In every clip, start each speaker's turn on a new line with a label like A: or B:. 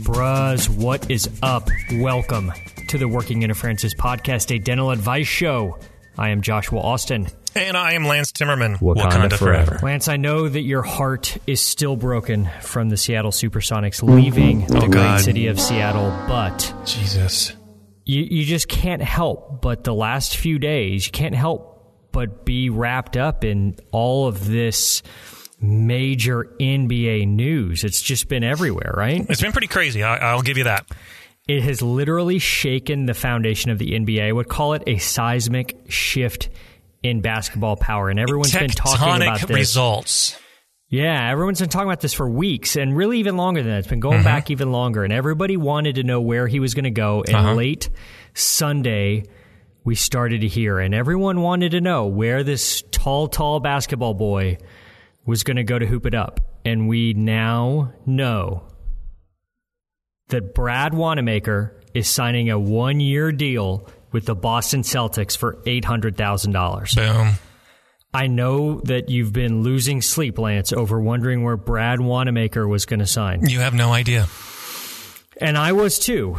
A: Bruhs, what is up? Welcome to the Working Interferences Podcast, a dental advice show. I am Joshua Austin.
B: And I am Lance Timmerman.
C: Wakanda forever.
A: Lance, I know that your heart is still broken from the Seattle Supersonics leaving the great
B: God.
A: city of Seattle, but
B: Jesus.
A: you, you just can't help but the last few days, you can't help but be wrapped up in all of this major NBA news. It's just been everywhere, right?
B: It's been pretty crazy. I, I'll give you that.
A: It has literally shaken the foundation of the NBA. I would call it a seismic shift in basketball power. And everyone's been talking about
B: Tectonic
A: this.
B: results.
A: Yeah, everyone's been talking about this for weeks and really even longer than that. It's been going back even longer. And everybody wanted to know where he was going to go. And late Sunday, we started to hear, and everyone wanted to know where this tall, tall basketball boy was going to go to hoop it up. And we now know that Brad Wanamaker is signing a one year deal with the Boston Celtics for $800,000.
B: Boom.
A: I know that you've been losing sleep, Lance, over wondering where Brad Wanamaker was going to sign.
B: You have no idea.
A: And I was too.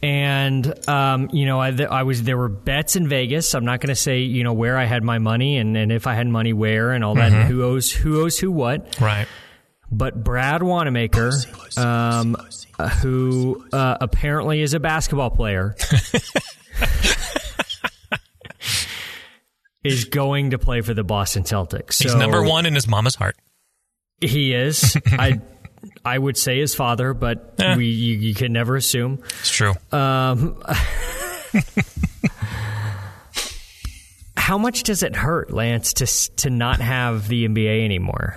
A: and, um, you know, I, th- I was, there were bets in Vegas. I'm not going to say, you know, where I had my money and, and if I had money where and all that,
B: Mm-hmm.
A: and who owes, who owes who what.
B: Right.
A: But Brad Wanamaker, um, uh, who uh, apparently is a basketball player, is going to play for the Boston Celtics.
B: He's
A: So-
B: number one in his mama's heart.
A: He is. I I would say his father, but
B: Eh.
A: we you, you can never assume.
B: It's true.
A: Um, how much does it hurt, Lance, to s- to not have the NBA anymore?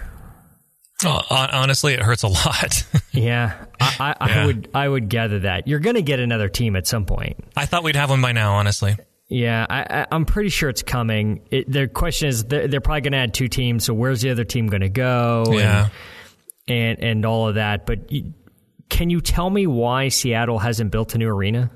B: Oh, hon- honestly, it hurts a lot.
A: Yeah, I, I, I
B: Yeah.
A: would I would gather that you're going to get another team at some point.
B: I thought we'd have one by now, honestly.
A: Yeah, I, I, I'm pretty sure it's coming. It, the question is, they're, they're probably going to add two teams. So where's the other team going to go? And-
B: Yeah.
A: and and all of that. But you, can you tell me why Seattle hasn't built a new arena?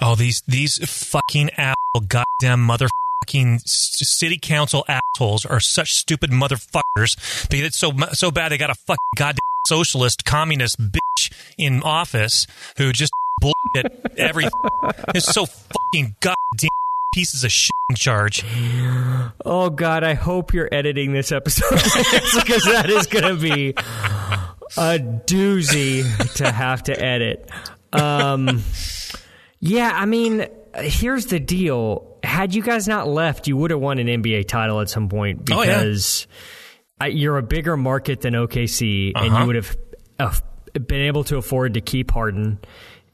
B: Oh, these these fucking asshole goddamn motherfucking s- city council assholes are such stupid motherfuckers. They did so mu- so bad they got a fucking goddamn socialist communist bitch in office who just bullshit every. It's so fucking goddamn pieces of shit in charge.
A: Oh God, I hope you're editing this episode because that is going to be a doozy to have to edit. Um, yeah, I mean, here's the deal. Had you guys not left, you would have won an NBA title at some point
B: Oh, yeah.
A: because I, you're a bigger market than OKC, and
B: Uh-huh.
A: you would have uh, been able to afford to keep Harden,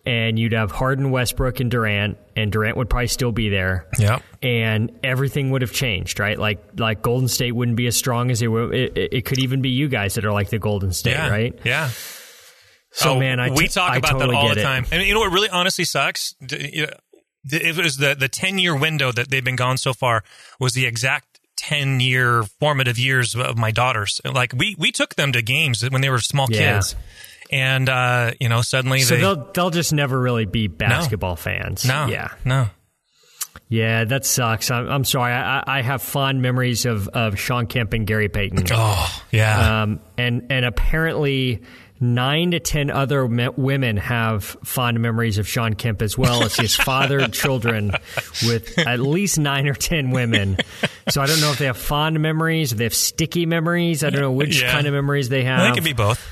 A: and you'd have Harden, Westbrook, and Durant, and Durant would probably still be there
B: Yep.
A: and everything would have changed, right? Like like Golden State wouldn't be as strong as they were. It, it, it could even be you guys that are like the Golden State,
B: Yeah.
A: right?
B: Yeah.
A: So
B: Oh,
A: man, I
B: we
A: t-
B: talk
A: I
B: about
A: totally
B: that all
A: get
B: the
A: it.
B: time. And you know what really honestly sucks? D- you know, th- It was the the ten year window that they've been gone so far was the exact ten year formative years of my daughters. Like we we took them to games when they were small
A: Yeah.
B: kids, and uh, you know suddenly
A: So
B: they
A: they'll they'll just never really be basketball fans.
B: no
A: Yeah.
B: no
A: Yeah, that sucks. I'm, I'm sorry. I, I- I have fond memories of, of Sean Kemp and Gary Payton.
B: oh yeah
A: Um, and, and apparently nine to 10 other me- women have fond memories of Sean Kemp as well as his fathered children with at least nine or 10 women. So I don't know if they have fond memories, if they have sticky memories. I don't know which
B: Yeah.
A: kind of memories they have.
B: I think it'd be both.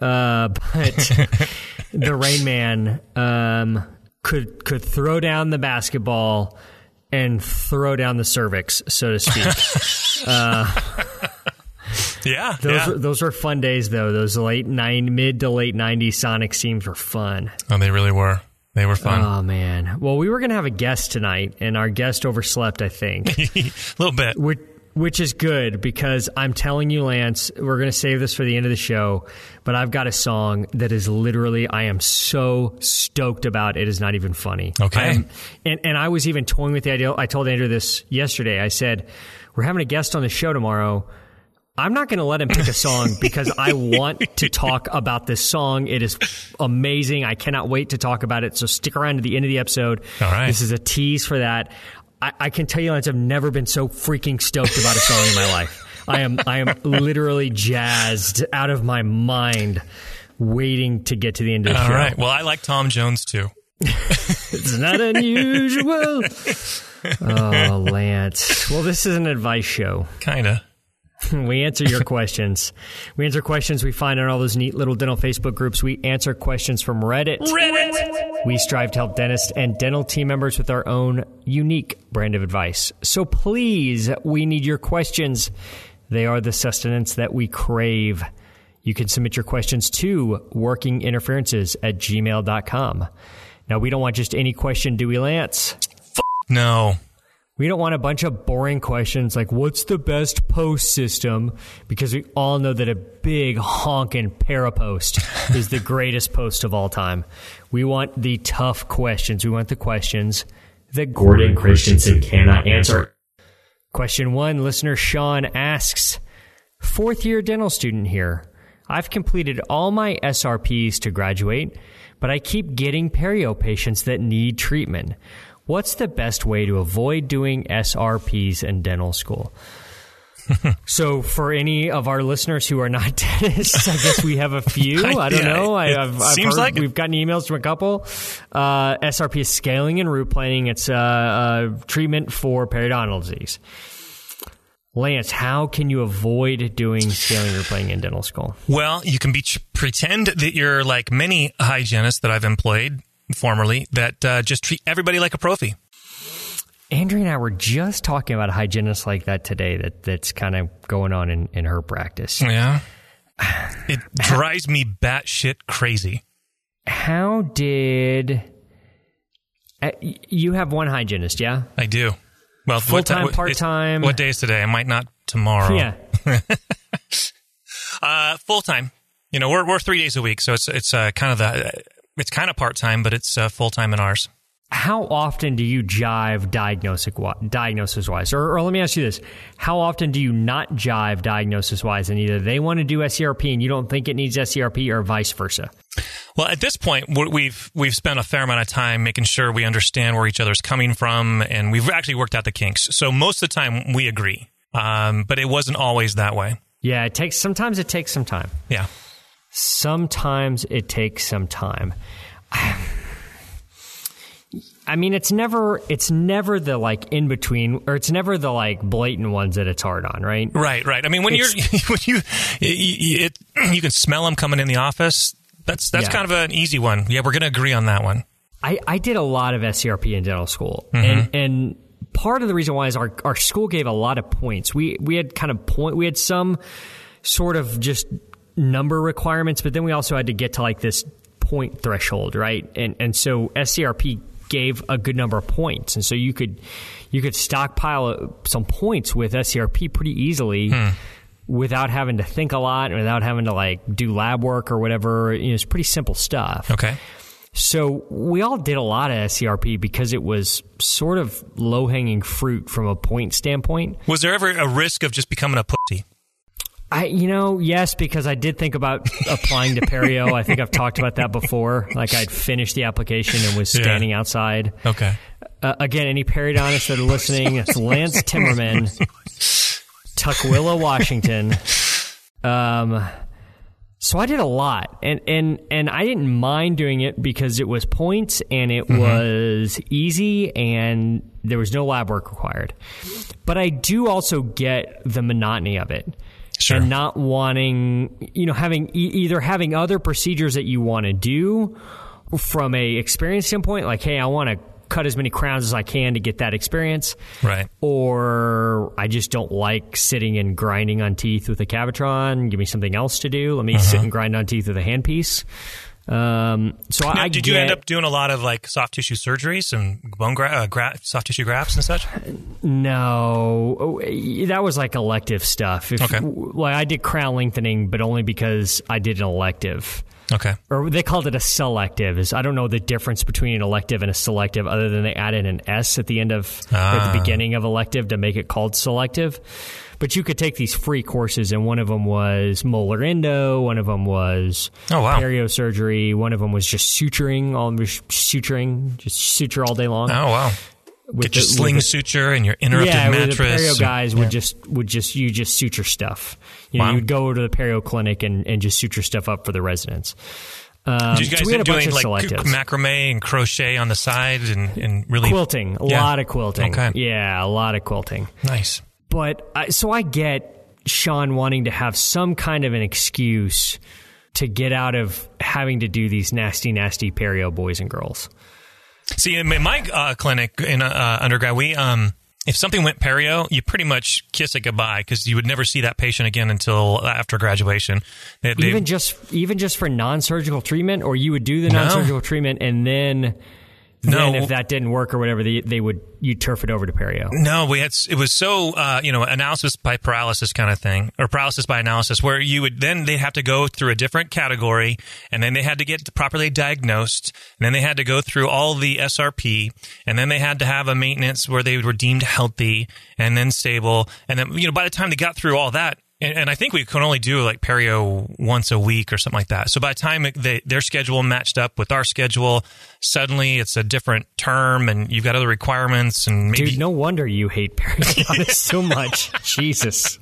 A: Uh, but the Rain Man um, could could throw down the basketball and throw down the cervix, so to speak.
B: Yeah,
A: Those
B: yeah.
A: were, those were fun days, though. Those late nine, mid to late '90s Sonic teams were fun.
B: oh, they really were. They were fun.
A: Oh man! Well, we were gonna have a guest tonight, and our guest overslept. I think
B: A little bit.
A: which which is good because I'm telling you, Lance, we're going to save this for the end of the show. But I've got a song that is literally, I am so stoked about. It is not even funny.
B: Okay.
A: I am- and, and I was even toying with the idea. I told Andrew this yesterday. I said, We're having a guest on the show tomorrow. I'm not going to let him pick a song because I want to talk about this song. It is amazing. I cannot wait to talk about it. So stick around to the end of the episode.
B: All right.
A: This is a tease for that. I, I can tell you, Lance, I've never been so freaking stoked about a song in my life. I am, I am literally jazzed out of my mind, waiting to get to the end of the
B: All
A: show.
B: right. Well, I like Tom Jones too.
A: It's not unusual. oh, Lance. Well, this is an advice show.
B: Kinda.
A: We answer your questions. We answer questions we find on all those neat little dental Facebook groups. We answer questions from Reddit.
B: Reddit.
A: We strive to help dentists and dental team members with our own unique brand of advice. So please, we need your questions. They are the sustenance that we crave. You can submit your questions to workinginterferences at gmail.com. Now, we don't want just any question, do we, Lance?
B: No.
A: We don't want a bunch of boring questions like what's the best post system because we all know that a big honkin' parapost is the greatest post of all time. We want the tough questions. We want the questions that Gordon Christensen cannot answer. Question 1, listener Sean asks, fourth year dental student here. I've completed all my SRPs to graduate, but I keep getting perio patients that need treatment. What's the best way to avoid doing SRPs in dental school? so, for any of our listeners who are not dentists, I guess we have a few.
B: I-
A: I don't
B: yeah,
A: know. I,
B: it
A: I've, I've
B: seems
A: heard,
B: like it.
A: we've gotten emails from a couple. Uh, SRP is scaling and root planning. It's uh, uh, treatment for periodontal disease. Lance, how can you avoid doing scaling or playing in dental school?
B: Well, you can be pretend that you're like many hygienists that I've employed formerly that uh, just treat everybody like a profi.
A: Andrea and I were just talking about a hygienist like that today that, that's kind of going on in, in her practice.
B: Yeah. It drives me batshit crazy.
A: How did. Uh, y- you have one hygienist, yeah?
B: I do. Well, what
A: Full-time,
B: ti- what- it's-
A: part-time?
B: What day is today? I might not tomorrow.
A: Yeah.
B: Uh, full time. You know, we're we're three days a week, so it's it's uh, kind of the it's kind of part time, but it's uh, full time in ours.
A: How often do you jive diagnostic diagnosis wise? Or, or let me ask you this: How often do you not jive diagnosis wise, and either they want to do SCRP and you don't think it needs SCRP, or vice versa?
B: Well, at this point, we- we've we've spent a fair amount of time making sure we understand where each other's coming from, and we've actually worked out the kinks. So most of the time, we agree. Um, but it wasn't always that way.
A: Yeah, it takes. Sometimes it takes some time.
B: Yeah.
A: sometimes it takes some time. I mean, it's never it's never the like in between, or it's never the like blatant ones that it's hard on, right?
B: Right. Right. I mean, when you're when you it, it, you can smell them coming in the office. That's that's
A: Yeah.
B: kind of an easy one. Yeah, we're going to agree on that one.
A: I, I did a lot of SCRP in dental school, and and part of the reason why is our our school gave a lot of points. We we had kind of point we had some sort of just number requirements, but then we also had to get to like this point threshold, right? And and so SCRP gave a good number of points, and so you could you could stockpile uh, some points with SCRP pretty easily. Without having to think a lot, and without having to like do lab work or whatever, you know, it's pretty simple stuff.
B: Okay.
A: So we all did a lot of SCRP because it was sort of low hanging fruit from a point standpoint.
B: Was there ever a risk of just becoming a pussy?
A: I, you know, yes, because I did think about applying to Perio. I think I've talked about that before. Like I'd finished the application and was
B: Yeah.
A: standing outside.
B: Okay.
A: Uh, again, any periodontists that are listening, it's Lance Timmerman, Tuckwilla, Washington. Um, so I did a lot, and and and I didn't mind doing it because it was points and it was easy, and there was no lab work required. But I do also get the monotony of it.
B: Sure.
A: And not wanting, you know, having e- either having other procedures that you want to do from a experience standpoint, like, hey, I want to cut as many crowns as I can to get that experience,
B: Right.
A: or I just don't like sitting and
B: Uh-huh.
A: grinding on teeth with a Cavitron. Give me something else to do. Let me sit and grind on teeth with a handpiece. Um, so
B: Now,
A: I
B: did
A: get,
B: you end up doing a lot of like soft tissue surgeries and bone gra- uh, gra- soft tissue grafts and such?
A: No, Oh, eh, that was like elective stuff. If,
B: Okay.
A: Like I did crown lengthening, but only because I did an elective,
B: Okay.
A: or they called it a selective. Is I don't know the difference between an elective and a selective, other than they added an S at the end of or at the
B: Ah.
A: beginning of elective to make it called selective. But you could take these free courses, and one of them was molar endo, one of them was
B: Oh, wow.
A: perio surgery, one of them was just suturing, all just suturing, just suture all day long.
B: Oh wow.
A: with
B: Get your
A: the- with
B: sling
A: the-
B: suture and your interrupted
A: where
B: mattress.
A: The perio guys would just would just you just suture stuff. You know,
B: Wow.
A: you'd go to the perio clinic and, and just suture stuff up for the residents. Um,
B: Did you guys
A: so we had a
B: been
A: bunch
B: doing
A: of
B: like
A: selectives.
B: macrame and crochet on the side and, and really
A: quilting, a
B: Yeah.
A: lot of quilting.
B: Okay.
A: Yeah, a lot of quilting.
B: nice.
A: But I, so I get Sean wanting to have some kind of an excuse to get out of having to do these nasty, nasty perio boys and girls.
B: See, in my uh, clinic in uh, undergrad, we um, if something went perio, you pretty much kiss it goodbye because you would never see that patient again until after graduation. They- they-
A: even just even just for non-surgical treatment or you would do the non-surgical treatment and then
B: No.
A: then if that didn't work or whatever they, they would you turf it over to perio
B: No, we had it was so uh, you know analysis by paralysis kind of thing, or paralysis by analysis, where you would then they have to go through a different category, and then they had to get properly diagnosed, and then they had to go through all the SRP, and then they had to have a maintenance where they were deemed healthy and then stable, and then you know by the time they got through all that. And, and I think we could only do like perio once a week or something like that. So by the time it- they, their schedule matched up with our schedule, suddenly it's a different term, and you've got other requirements, and maybe
A: dude no wonder you hate periodontitis so much jesus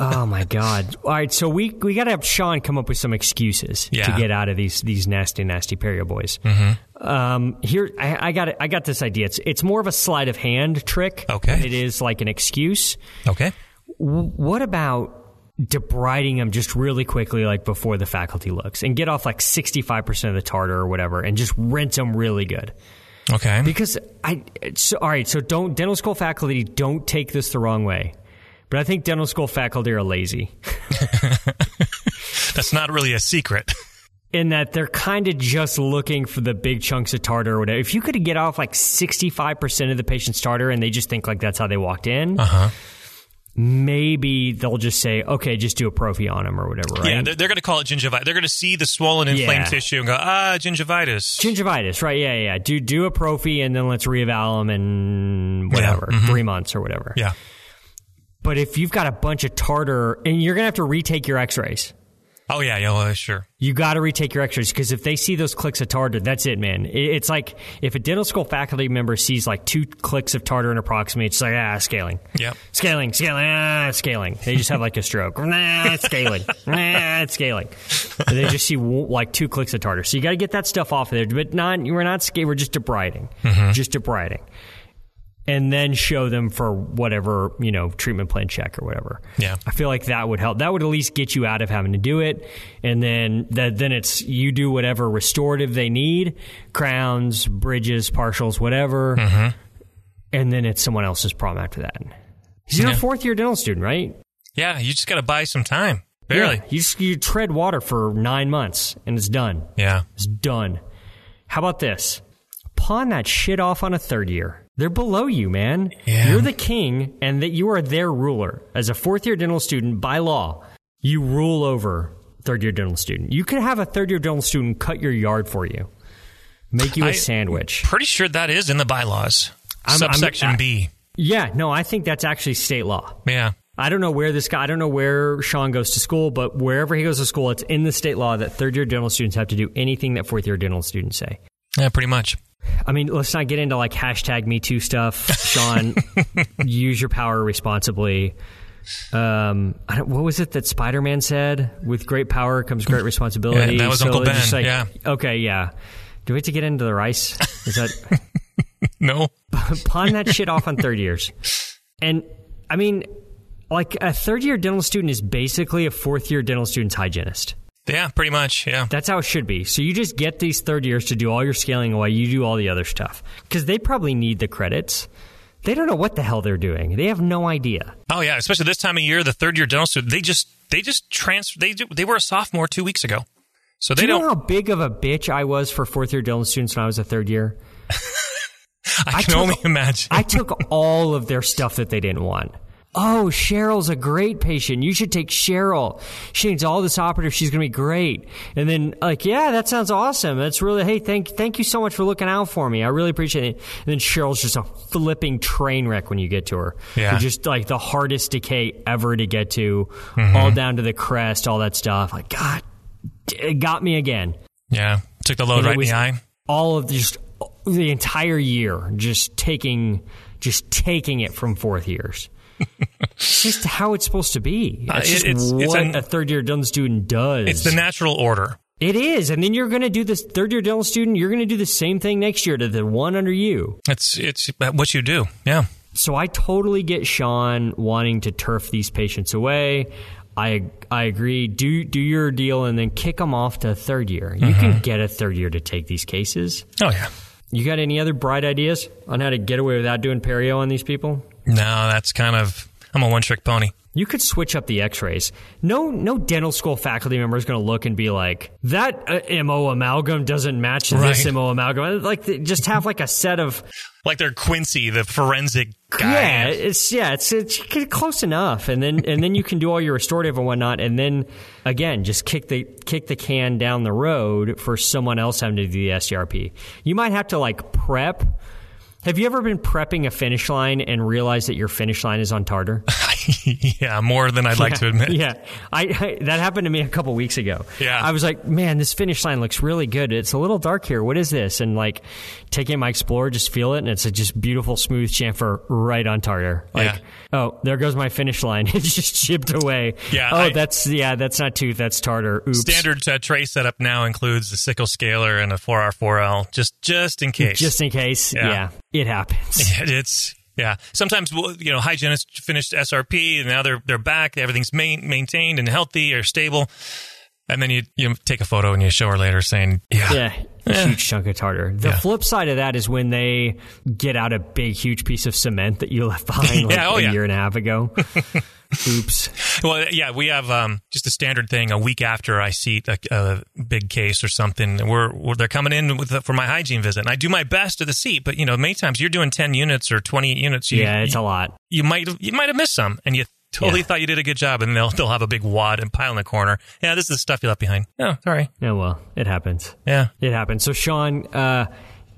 A: oh my god all right so we we gotta have sean come up with some excuses
B: Yeah.
A: to get out of these these nasty nasty perio boys mm-hmm. um here i, I got i got this idea it's it's more of a sleight of hand trick
B: Okay.
A: than it is like an excuse
B: Okay.
A: What about debriding them just really quickly, like before the faculty looks, and get off like 65% of the tartar or whatever, and just rinse them really good?
B: Okay.
A: Because I, so, all right, so don't, dental school faculty, don't take this the wrong way. But I think dental school faculty are lazy
B: That's not really a secret.
A: in that they're kind of just looking for the big chunks of tartar or whatever. If you could get off like 65% of the patient's tartar and they just think like that's how they walked in,
B: Uh-huh.
A: maybe they'll just say, okay, just do a prophy on them or whatever, right?
B: Yeah, they're, they're going to call it gingivitis. They're going to see the swollen, inflamed
A: Yeah.
B: tissue and go, ah, gingivitis.
A: Gingivitis, right? Yeah, yeah. yeah. Do do a prophy, and then let's reeval them in whatever three months or whatever.
B: mm-hmm. yeah.
A: But if you've got a bunch of tartar, and you're gonna have to retake your X-rays,
B: Oh, yeah. Yeah, well, sure.
A: you got to retake your X-rays because if they see those clicks of tartar, that's it, man. I- It's like if a dental school faculty member sees like two clicks of tartar in a proximity, it's like ah, scaling.
B: Yeah.
A: Scaling, scaling, ah, scaling. They just have like a stroke. Nah, it's scaling, nah, it's scaling. And they just see w- like two clicks of tartar. So you got to get that stuff off of there. But not, we're not scaling. We're just debriding, just debriding, and then show them for whatever you know treatment plan check or whatever.
B: Yeah.
A: I feel like that would help. That would at least get you out of having to do it. And then that then it's you do whatever restorative they need, crowns, bridges, partials, whatever.
B: Mm-hmm.
A: And then it's someone else's problem after that. 'Cause You're a
B: Yeah.
A: fourth year dental student, right?
B: Yeah. You just got to buy some time. Barely.
A: Yeah. You just, you tread water for nine months and it's done.
B: Yeah.
A: It's done. How about this? Pawn that shit off on a third year. They're below you, man.
B: Yeah.
A: You're the king, and that you are their ruler. As a fourth year dental student, by law, you rule over third year dental student. You could have a third year dental student cut your yard for you, make you a
B: I-
A: sandwich.
B: Pretty sure that is in the bylaws.
A: I'm- I'm-
B: Subsection
A: I-
B: B.
A: Yeah, no, I think that's actually state law.
B: Yeah.
A: I don't know where this guy, I don't know where Sean goes to school, but wherever he goes to school, it's in the state law that third year dental students have to do anything that fourth year dental students say.
B: Yeah, pretty much.
A: I mean, let's not get into like hashtag Me Too stuff. Sean, use your power responsibly. Um, I don't, what was it that Spider Man said? With great power comes great responsibility.
B: Yeah, that was Uncle
A: they're just
B: Ben, yeah.
A: Okay. Yeah. Do we have to get into the rice? Is that
B: No.
A: pawn that shit off on third years? And I mean, like a third year dental student is basically a fourth year dental student's hygienist.
B: Yeah, pretty much. Yeah.
A: That's how it should be. So you just get these third years to do all your scaling away. You do all the other stuff because they probably need the credits. They don't know what the hell they're doing. They have no idea.
B: Oh, yeah. Especially this time of year, the third year dental student, they just, they just transfer, they, do, they were a sophomore two weeks ago. So
A: Do
B: they
A: you
B: don't.
A: know how big of a bitch I was for fourth year Dillon students when I was a third year?
B: I
A: I
B: can
A: took-
B: only imagine.
A: I took all of their stuff that they didn't want. Oh, Cheryl's a great patient. You should take Cheryl. She needs all this operative. She's going to be great. And then, like, yeah, that sounds awesome. That's really, hey, thank, thank you so much for looking out for me. I really appreciate it. And then Cheryl's just a flipping train wreck when you get to her.
B: Yeah.
A: You're just like the hardest decay ever to get to, all down to the crest, all that stuff. Like, God, it got me again
B: yeah, took the load
A: it
B: right
A: was
B: in the eye.
A: all of just the entire year just taking just taking it from fourth years It's just how it's supposed to be
B: Uh,
A: it's just
B: it- it's-
A: what
B: it's an-
A: a third year dental student does
B: It's the natural order.
A: It is. and then you're going to do this third year dental student you're going to do the same thing next year to the one under you
B: It's it's what you do. Yeah.
A: so i totally get sean wanting to turf these patients away I, I agree. Do do your deal and then kick them off to third year. You
B: Mm-hmm.
A: can get a third year to take these cases.
B: Oh yeah.
A: You got any other bright ideas on how to get away without doing perio on these people?
B: No, that's kind of. I'm a one trick pony.
A: You could switch up the X-rays. No, no dental school faculty member is going to look and be like, "That uh, mo amalgam doesn't match this
B: Right.
A: mo amalgam." Like, th- just have like a set of
B: Like they're Quincy, the forensic guy.
A: yeah, it's yeah, it's it's close enough, and then and then you can do all your restorative and whatnot, and then again, just kick the kick the can down the road for someone else having to do the SDRP. You might have to like prep. Have you ever been prepping a finish line and realize that your finish line is on tartar?
B: yeah, more than I'd like to admit.
A: Yeah, I, I that happened to me a couple weeks ago.
B: Yeah.
A: I was like, man, this finish line looks really good. It's a little dark here. What is this? And like, taking my Explorer, just feel it, and it's a just beautiful, smooth chamfer right on tartar. Like, oh, there goes my finish line. it's just chipped away.
B: Yeah,
A: Oh,
B: I-
A: that's yeah, that's not tooth. That's tartar. Oops.
B: Standard uh, tray setup now includes the sickle scaler and a 4R4L, just just in case.
A: Just in case.
B: Yeah.
A: Yeah, it happens.
B: it's yeah. Sometimes well, you know hygienists finished SRP and now they're they're back. Everything's main, maintained and healthy or stable. And then you you take a photo and you show her later saying yeah
A: Yeah.
B: Eh.
A: A huge chunk of tartar. The flip side of that is when they get out a big, huge piece of cement that you left behind like
B: Yeah, oh,
A: a
B: yeah.
A: year and a half ago. Oops.
B: Well, yeah, we have um, just a standard thing. A week after I see a, a big case or something, we're, we're they're coming in with for my hygiene visit, and I do my best to the seat. But you know, many times you're doing ten units or twenty units. You,
A: Yeah, it's
B: you,
A: a lot.
B: you might you might have missed some, and you totally thought you did a good job, and they'll they'll have a big wad and pile in the corner. Yeah, this is the stuff you left behind. Oh, sorry.
A: Yeah, well, it happens.
B: Yeah,
A: It happens. So, Sean, uh,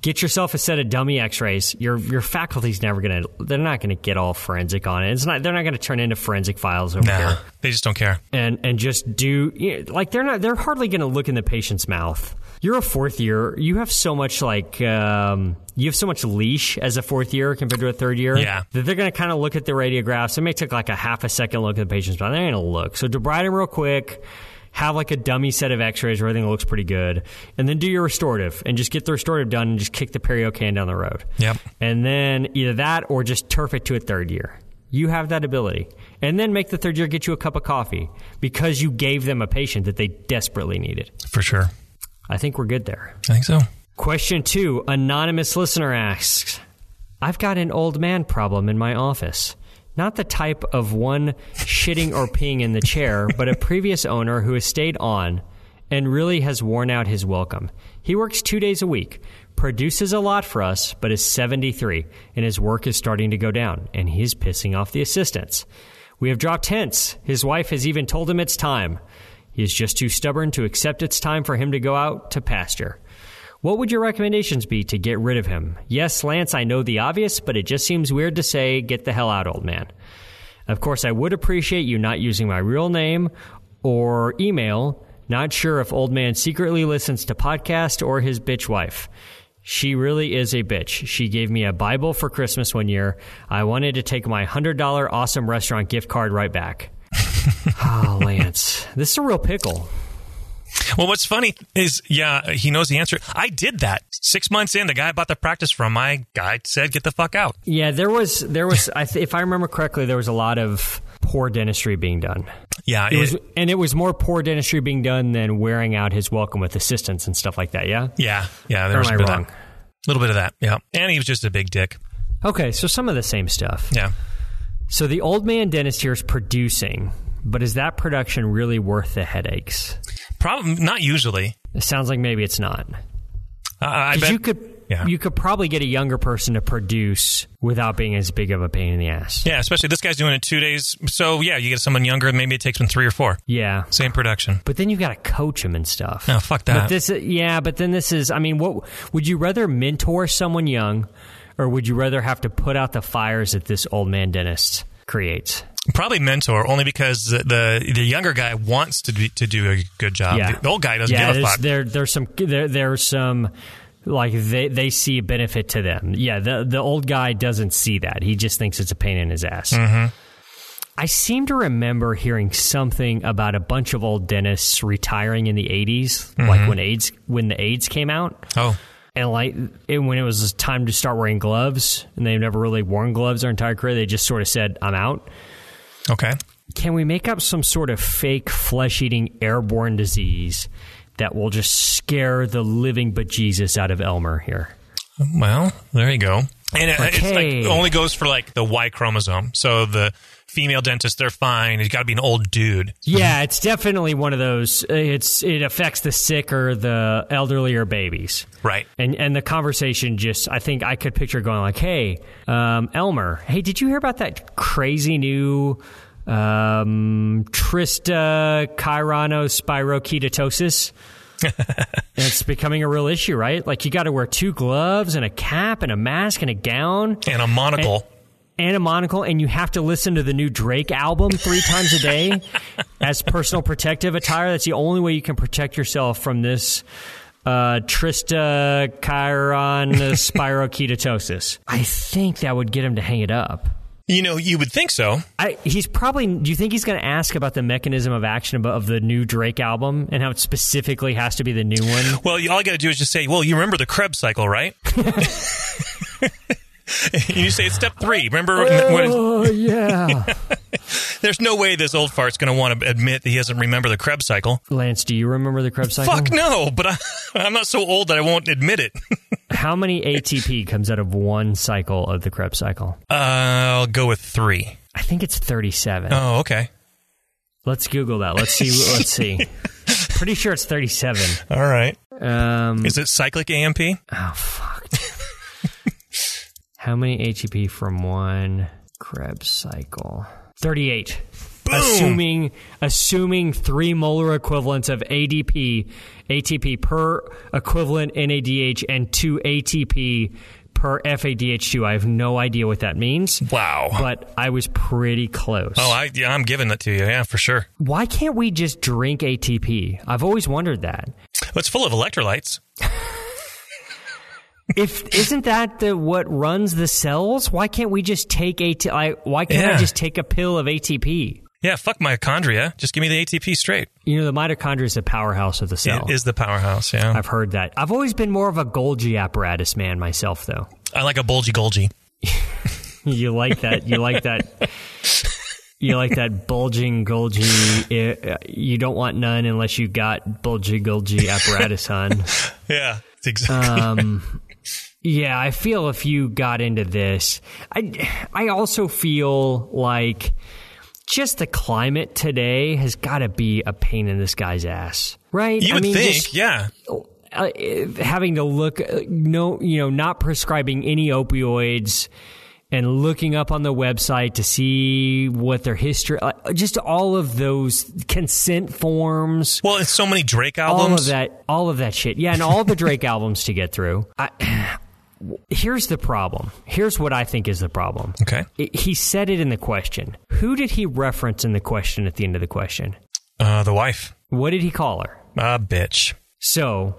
A: get yourself a set of dummy X-rays. Your your faculty's never gonna. They're not gonna get all forensic on it. It's not. They're not gonna turn into forensic files over
B: nah,
A: there.
B: they just don't care.
A: And and just do you know, like they're not. They're hardly gonna look in the patient's mouth. You're a fourth year. You have so much like um, you have so much leash as a fourth year compared to a third year.
B: Yeah.
A: that they're going to kind of look at the radiographs. It may take like a half a second look at the patient's mouth. They're going to look. So debride them real quick. Have like a dummy set of X-rays where everything looks pretty good, and then do your restorative and just get the restorative done and just kick the perio can down the road.
B: Yep.
A: And then either that or just turf it to a third year. You have that ability, and then make the third year get you a cup of coffee because you gave them a patient that they desperately needed.
B: For sure,
A: I think we're good there.
B: I think so.
A: Question two Anonymous listener asks I've got an old man problem in my office. Not the type of one shitting or peeing in the chair, but a previous owner who has stayed on and really has worn out his welcome. He works two days a week, produces a lot for us, but is 73, and his work is starting to go down, and he is pissing off the assistants. We have dropped hints. His wife has even told him it's time. He is just too stubborn to accept it's time for him to go out to pasture. What would your recommendations be to get rid of him? Yes, Lance, I know the obvious, but it just seems weird to say, get the hell out, old man. Of course, I would appreciate you not using my real name or email. Not sure if old man secretly listens to podcast or his bitch wife. She really is a bitch. She gave me a Bible for Christmas one year. I wanted to take my $100 awesome restaurant gift card right back. oh, Lance, this is a real pickle.
B: Well, what's funny is, yeah, he knows the answer. I did that six months in. The guy I bought the practice from, my guy said, "Get the fuck out."
A: Yeah, there was there was I th- if I remember correctly, there was a lot of poor dentistry being done.
B: Yeah,
A: It
B: it-
A: was, and it was more poor dentistry being done than wearing out his welcome with assistants and stuff like that. Yeah,
B: Yeah, yeah. There
A: or
B: was
A: am I
B: a bit of
A: wrong?
B: that. little bit of that. Yeah, and he was just a big dick.
A: Okay, so some of the same stuff.
B: Yeah,
A: So the old man dentist here is producing. But is that production really worth the headaches?
B: Probably not usually.
A: It sounds like maybe it's not.
B: Uh, I
A: Because
B: bet
A: you could
B: Yeah.
A: you could probably get a younger person to produce without being as big of a pain in the ass.
B: Yeah, especially this guy's doing it two days. So yeah, you get someone younger, maybe it takes them three or four.
A: Yeah.
B: Same production.
A: But then you've got to coach them and stuff.
B: No, fuck that.
A: But this, yeah. But then this is. I mean, what would you rather mentor someone young, or would you rather have to put out the fires that this old man dentist creates?
B: Probably mentor, only because the the, the younger guy wants to do, to do a good job.
A: yeah.
B: Um, The, the old guy doesn't
A: yeah,
B: give a
A: there's-
B: fuck.
A: There, there's some. There, there's some. Like they, they see a benefit to them. Yeah, the the old guy doesn't see that. He just thinks it's a pain in his ass.
B: Mm-hmm.
A: I seem to remember hearing something about a bunch of old dentists retiring in the 80s,
B: Mm-hmm.
A: like when AIDS when the AIDS came out.
B: oh,
A: and like and when it was time to start wearing gloves and they've never really worn gloves their entire career they just sort of said i'm out
B: okay.
A: can we make up some sort of fake flesh-eating airborne disease that will just scare the living bejesus out of elmer here
B: Well, there you go. And it, it's like
A: Okay.
B: it only goes for like the Y chromosome. So the female dentist, they're fine. He's got to be an old dude.
A: yeah it's definitely one of those it's it affects the sick or the elderly or babies
B: Right.
A: And and the conversation just I think I could picture going like, hey, um, Elmer, hey, did you hear about that crazy new um, Trista chironospiroketosis? And it's becoming a real issue, right? Like you got to wear two gloves and a cap and a mask and a gown
B: And a monocle.
A: and a monocle, and you have to listen to the new Drake album three times a day as personal protective attire. That's the only way you can protect yourself from this uh, Trista Chiron spiroketosis. I think that would get him to hang it up.
B: you know, you would think so.
A: I, he's probably. Do you think he's going to ask about the mechanism of action of, of the new Drake album and how it specifically has to be the new one?
B: Well, you- all you got to do is just say, well, you remember the Krebs cycle, right? you say it's step three. Remember, when,
A: Oh yeah,
B: there's no way this old fart's going to want to admit that he doesn't remember the Krebs cycle.
A: Lance. Do you remember the Krebs cycle?
B: Fuck no, but I, I'm not so old that I won't admit it.
A: How many ATP comes out of one cycle of the Krebs cycle?
B: Uh, I'll go with three.
A: I think it's 37.
B: Oh, okay.
A: Let's Google that. Let's see. Let's see. Pretty sure it's 37.
B: All right.
A: Um,
B: Is it cyclic AMP?
A: oh, fuck. How many HEP from one Krebs cycle? 38. Assuming assuming three molar equivalents of ADP, ATP per equivalent NADH, and two ATP per FADH2. I have no idea what that means,
B: Wow.
A: but I was pretty close.
B: Oh, I, yeah, I'm giving that to you. Yeah, for sure.
A: Why can't we just drink ATP? I've always wondered that.
B: Well, it's full of electrolytes.
A: If isn't that the what runs the cells? Why can't we just take AT? I, why can't I
B: Yeah.
A: just take a pill of ATP?
B: Yeah, fuck mitochondria. Just give me the ATP straight.
A: You know, the mitochondria is the powerhouse of the cell.
B: It is the powerhouse. Yeah,
A: I've heard that. I've always been more of a Golgi apparatus man myself, though.
B: I like a bulgy Golgi.
A: You like that? You like that? You like that bulging Golgi? eh, You don't want none unless you got bulgy Golgi apparatus on.
B: Yeah, it's exactly.
A: Uh, Yeah, I feel if you got into this, I I also feel like just the climate today has got to be a pain in this guy's ass, right?
B: you
A: I
B: would
A: mean,
B: think.
A: just,
B: yeah,
A: uh, having to look uh, no, you know, not prescribing any opioids and looking up on the website to see what their history, uh, just all of those consent forms
B: Well, it's so many Drake
A: all
B: albums.
A: of that all of that shit yeah and all the drake albums to get through I, here's the problem here's what i think is the problem
B: Okay.
A: It- he said it in the question who did he reference in the question at the end of the question
B: Uh, the wife.
A: what did he call her
B: Ah, bitch.
A: so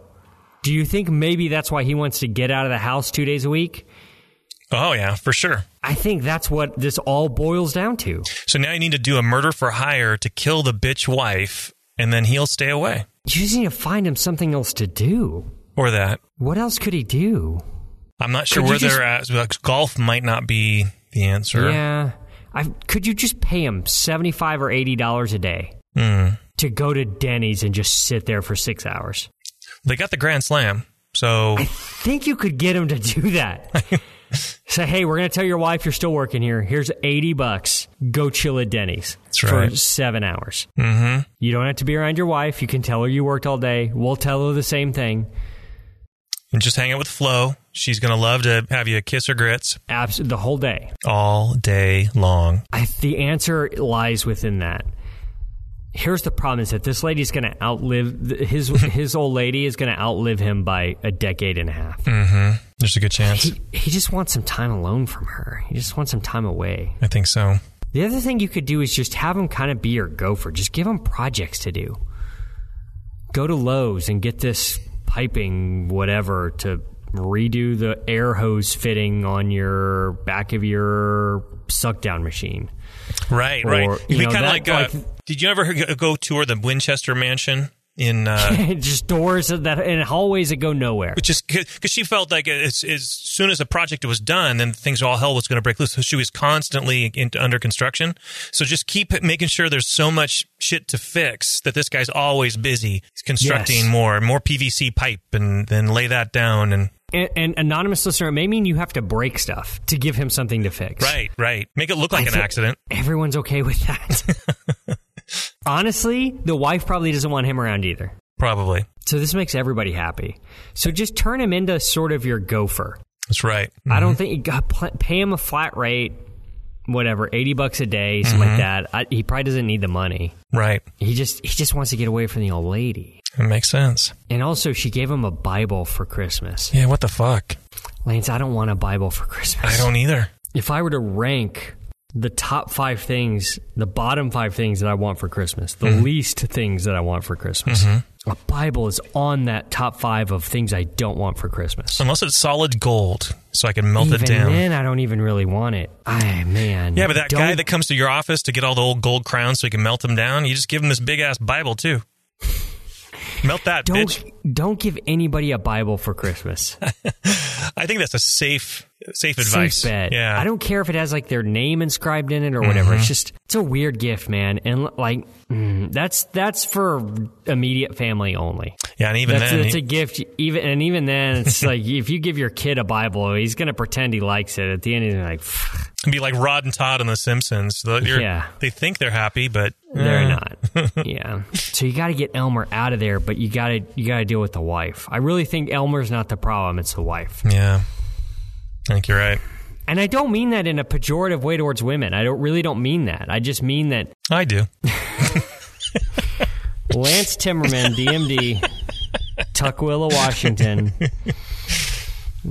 A: do you think maybe that's why he wants to get out of the house two days a week
B: Oh yeah, for sure.
A: i think that's what this all boils down to
B: So now you need to do a murder for hire to kill the bitch wife, and then he'll stay away.
A: you just need to find him something else to do
B: Or that.
A: what else could he do
B: I'm not sure
A: Could you
B: where they're at. Like, golf might not be the answer.
A: Yeah. I could you just pay him seventy five or eighty dollars a day
B: Hmm.
A: to go to Denny's and just sit there for six hours?
B: They got the Grand Slam, so
A: Think you could get him to do that? Say, hey, we're going to tell your wife you're still working here. Here's 80 bucks. Go chill at Denny's
B: That's
A: for
B: right.
A: seven hours. Mm-hmm. You don't have to be around your wife. You can tell her you worked all day. We'll tell her the same thing.
B: And just hang out with Flo. She's going to love to have you kiss her grits
A: Abs- the whole day.
B: all day long.
A: I, the answer lies within that. Here's the problem: is that this lady's going to outlive th- his his old lady is going to outlive him by a decade and a half.
B: There's a good chance.
A: He he just wants some time alone from her. He just wants some time away.
B: I think so.
A: The other thing you could do is just have him kind of be your gopher. Just give him projects to do. Go to Lowe's and get this piping whatever to redo the air hose fitting on your back of your suck down machine.
B: Right,
A: Or,
B: right.
A: you
B: It'd be
A: know,
B: kind of
A: that,
B: like, uh,
A: like-
B: did you ever go- go tour the Winchester Mansion in uh,
A: just doors that and hallways that go nowhere.
B: Which is because she felt like as, as soon as the project was done, then things all hell was going to break loose. So she was constantly in, under construction. So just keep making sure there's so much shit to fix that this guy's always busy. He's constructing
A: Yes.
B: more, more PVC pipe, and then lay that down. And
A: And, and anonymous listener, it may mean you have to break stuff to give him something to fix.
B: right, right, make it look like an
A: think-
B: accident.
A: Everyone's okay with that. Honestly, the wife probably doesn't want him around either.
B: Probably
A: So this makes everybody happy. So just turn him into sort of your gopher.
B: that's right.
A: I don't think you got pl- pay him a flat rate, whatever, eighty bucks a day, something like that. I, he probably doesn't need the money.
B: Mm, Right,
A: He just he just wants to get away from the old lady.
B: it makes sense.
A: And also, she gave him a Bible for Christmas.
B: Yeah, what the fuck?
A: Lance, I don't want a Bible for Christmas.
B: I don't e- either.
A: If I were to rank the top five things, the bottom five things that I want for Christmas, the
B: Mm-hmm.
A: least things that I want for Christmas, a Bible is on that top five of things I don't want for Christmas.
B: Unless it's solid gold, so I can melt
A: Even
B: it down.
A: then, I don't even really want it. I man.
B: Yeah, but that
A: don't-
B: guy that comes to your office to get all the old gold crowns so he can melt them down, you just give him this big ass Bible too. melt that,
A: don't
B: bitch.
A: don't give anybody a Bible for Christmas.
B: I think that's a safe, safe advice.
A: Safe bet.
B: Yeah, Mm-hmm.
A: I don't care if it has like their name inscribed in it or whatever. It's just it's a weird gift, man. And like mm, that's that's for immediate family only.
B: Yeah, and even
A: that's,
B: then,
A: it's
B: he-
A: a gift. Even and even then, it's like if you give your kid a Bible, he's gonna pretend he likes it. At the end, he's gonna be like, "Pfft,
B: it'd be like Rod and Todd on The Simpsons. The- you're-
A: Yeah.
B: they think they're happy, but
A: they're not. yeah. So you got to get Elmer out of there, but you got to you got to deal with the wife. I really think Elmer's not the problem; it's the wife.
B: eh, Yeah, I think you're right.
A: And I don't mean that in a pejorative way towards women. I don't really don't mean that. I just mean that
B: I do.
A: Lance Timmerman, DMD, Tuckwilla, Washington.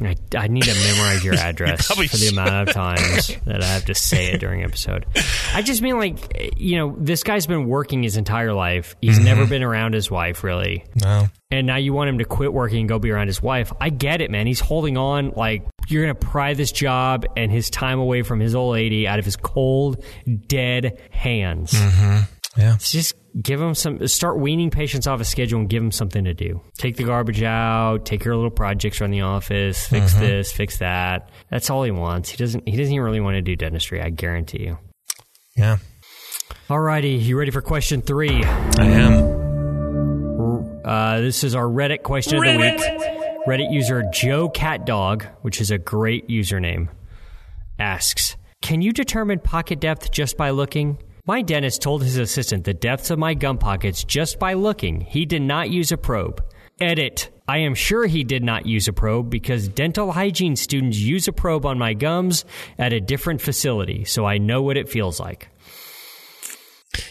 A: I, I need to memorize your address for
B: probably
A: the amount of times that I have to say it during episode. I just mean like you know this guy's been working his entire life. He's never been around his wife really,
B: No,
A: and now you want him to quit working and go be around his wife. I get it, man. He's holding on like you're gonna pry this job and his time away from his old lady out of his cold, dead hands
B: yeah,
A: just give them some start weaning patients off a schedule and give them something to do take the garbage out take your little projects around the office fix this fix that that's all he wants he doesn't he doesn't even really want to do dentistry i guarantee you
B: yeah.
A: alrighty you ready for question three
B: I am.
A: uh, this is our reddit question of the week reddit user joe catdog which is a great username asks can you determine pocket depth just by looking my dentist told his assistant the depths of my gum pockets just by looking he did not use a probe edit i am sure he did not use a probe because dental hygiene students use a probe on my gums at a different facility so i know what it feels like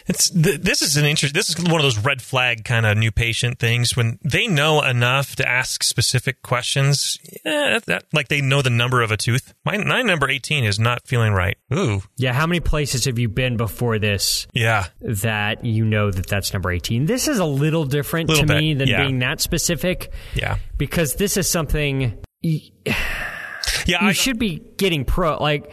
B: It's th- this is an interest. This is one of those red flag kind of new patient things when they know enough to ask specific questions. Yeah, that, that- like they know the number of a tooth. My, my number eighteen is not feeling right. Ooh,
A: yeah how many places have you been before this
B: yeah,
A: that you know that that's number 18. This is a little different
B: Little
A: to
B: bit,
A: me than
B: yeah.
A: being that specific
B: yeah,
A: because this is something you,
B: yeah.
A: you
B: I,
A: should be getting pro like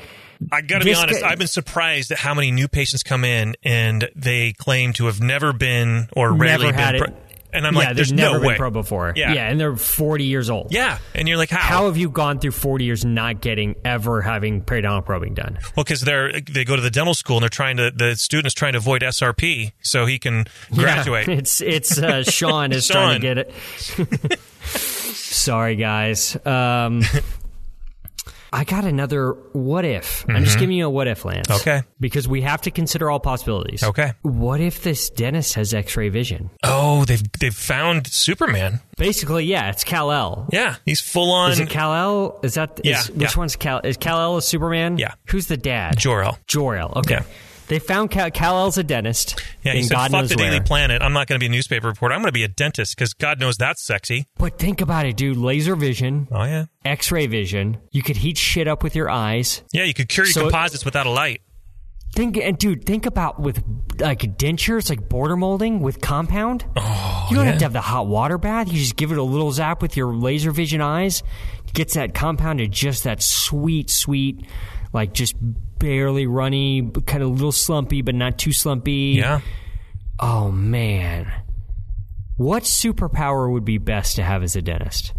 B: I got to be
A: this
B: honest.
A: guy-
B: I've been surprised at how many new patients come in and they claim to have never been or rarely
A: never had
B: been.
A: it.
B: pro- and I'm
A: yeah,
B: like,
A: they've
B: there's
A: never
B: no
A: been
B: way.
A: pro before.
B: Yeah.
A: and they're 40 years old.
B: yeah, and you're like,
A: How have you gone through 40 years not getting ever having periodontal probing done?
B: Well, because they're they go to the dental school and they're trying to the student's trying to avoid SRP so he can graduate.
A: Yeah, it's it's uh, Sean is trying to
B: Sean.
A: get it. Sorry, guys. Um, I got another what if. I'm just giving you a what if, Lance.
B: Mm-hmm. Okay.
A: Because we have to consider all possibilities.
B: Okay.
A: What if this dentist has x ray vision?
B: Oh, they've they've found Superman.
A: Basically, yeah, it's Kal El.
B: Yeah, he's full on
A: Is it Kal El? Is that is-
B: Yeah,
A: which
B: yeah.
A: one's Kal? Is Kal El a Superman?
B: Yeah.
A: Who's the dad?
B: Jor-El.
A: Jor El. Okay.
B: Yeah.
A: They found Kal El's a dentist.
B: Yeah, he
A: in
B: said,
A: God
B: "Fuck
A: knows
B: the Daily
A: where.
B: Planet. I'm not going to be a newspaper reporter. I'm going to be a dentist because God knows that's sexy."
A: But think about it, dude. Laser vision,
B: Oh yeah,
A: X ray vision. You could heat shit up with your eyes.
B: yeah. You could cure your
A: So-
B: composites without a light.
A: Think and dude, think about with like dentures, like border molding with compound. Oh, you don't have to have the hot water bath. You just give it a little zap with your laser vision eyes. Gets that compound to just that sweet, sweet, like just barely runny, but kind of a little slumpy, but not too slumpy.
B: Yeah,
A: Oh man, what superpower would be best to have as a dentist?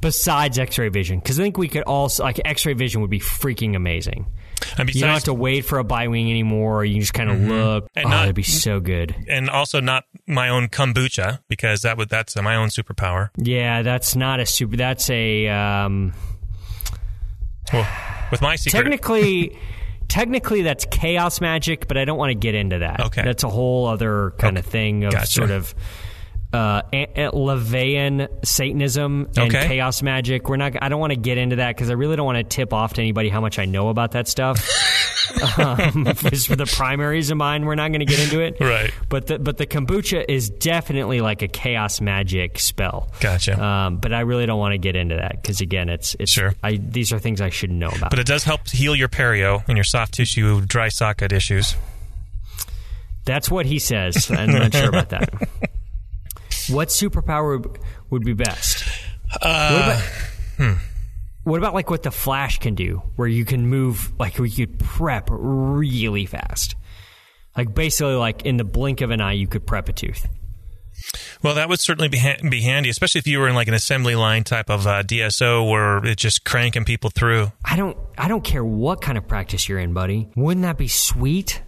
A: Besides X-ray vision, because I think we could also like X-ray vision would be freaking amazing.
B: and
A: You don't have
B: besides,
A: to wait for a buy wing anymore. You can just kind of look.
B: Mm-hmm. And
A: oh,
B: not-
A: that'd be so good.
B: and also not my own kombucha because that would that's my own superpower.
A: Yeah, that's not a super. That's a um,
B: Well, with my secret,
A: technically, technically that's chaos magic, but I don't want to get into that.
B: Okay.
A: that's a whole other kind of thing of
B: Gotcha.
A: sort of. Uh, a- a- Levian Satanism and
B: Okay.
A: chaos magic. We're not. I don't want to get into that because I really don't want to tip off to anybody how much I know about that stuff. um, just for the primaries of mine, we're not going to get into it.
B: Right.
A: But the but the kombucha is definitely like a chaos magic spell.
B: Gotcha.
A: Um, but I really don't want to get into that because again, it's it's
B: Sure.
A: I, these are things I should know about.
B: but it does help heal your perio and your soft tissue dry socket issues.
A: That's what he says. I'm not sure about that. What superpower would- would be best? what about, what about like what the Flash can do, where you can move, like where you could prep really fast, like basically like in the blink of an eye, you could prep a tooth.
B: Well, that would certainly be, ha- be handy, especially if you were in like an assembly line type of uh, DSO where it's just cranking people through.
A: I don't I don't care what kind of practice you're in, buddy. Wouldn't that be sweet?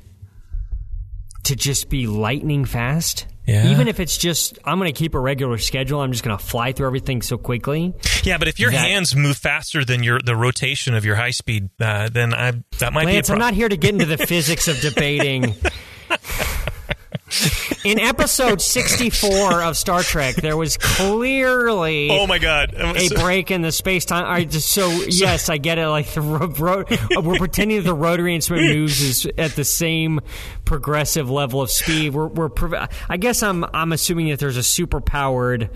A: To just be lightning fast?
B: Yeah.
A: Even if it's just I'm gonna keep a regular schedule, I'm just gonna fly through everything so quickly.
B: Yeah, but if your
A: That-
B: hands move faster than your the rotation of your high speed, uh, then I that might
A: Lance,
B: be a
A: I'm
B: problem.
A: not here to get into the physics of debating. In episode 64 of Star Trek, there was clearly
B: oh my god!
A: a break in the space time. All right, just so yes, I get it. Like the ro- ro- we're pretending that the rotary instrument moves is at the same progressive level of speed. We're, we're prov- I guess I'm I'm assuming that there's a superpowered.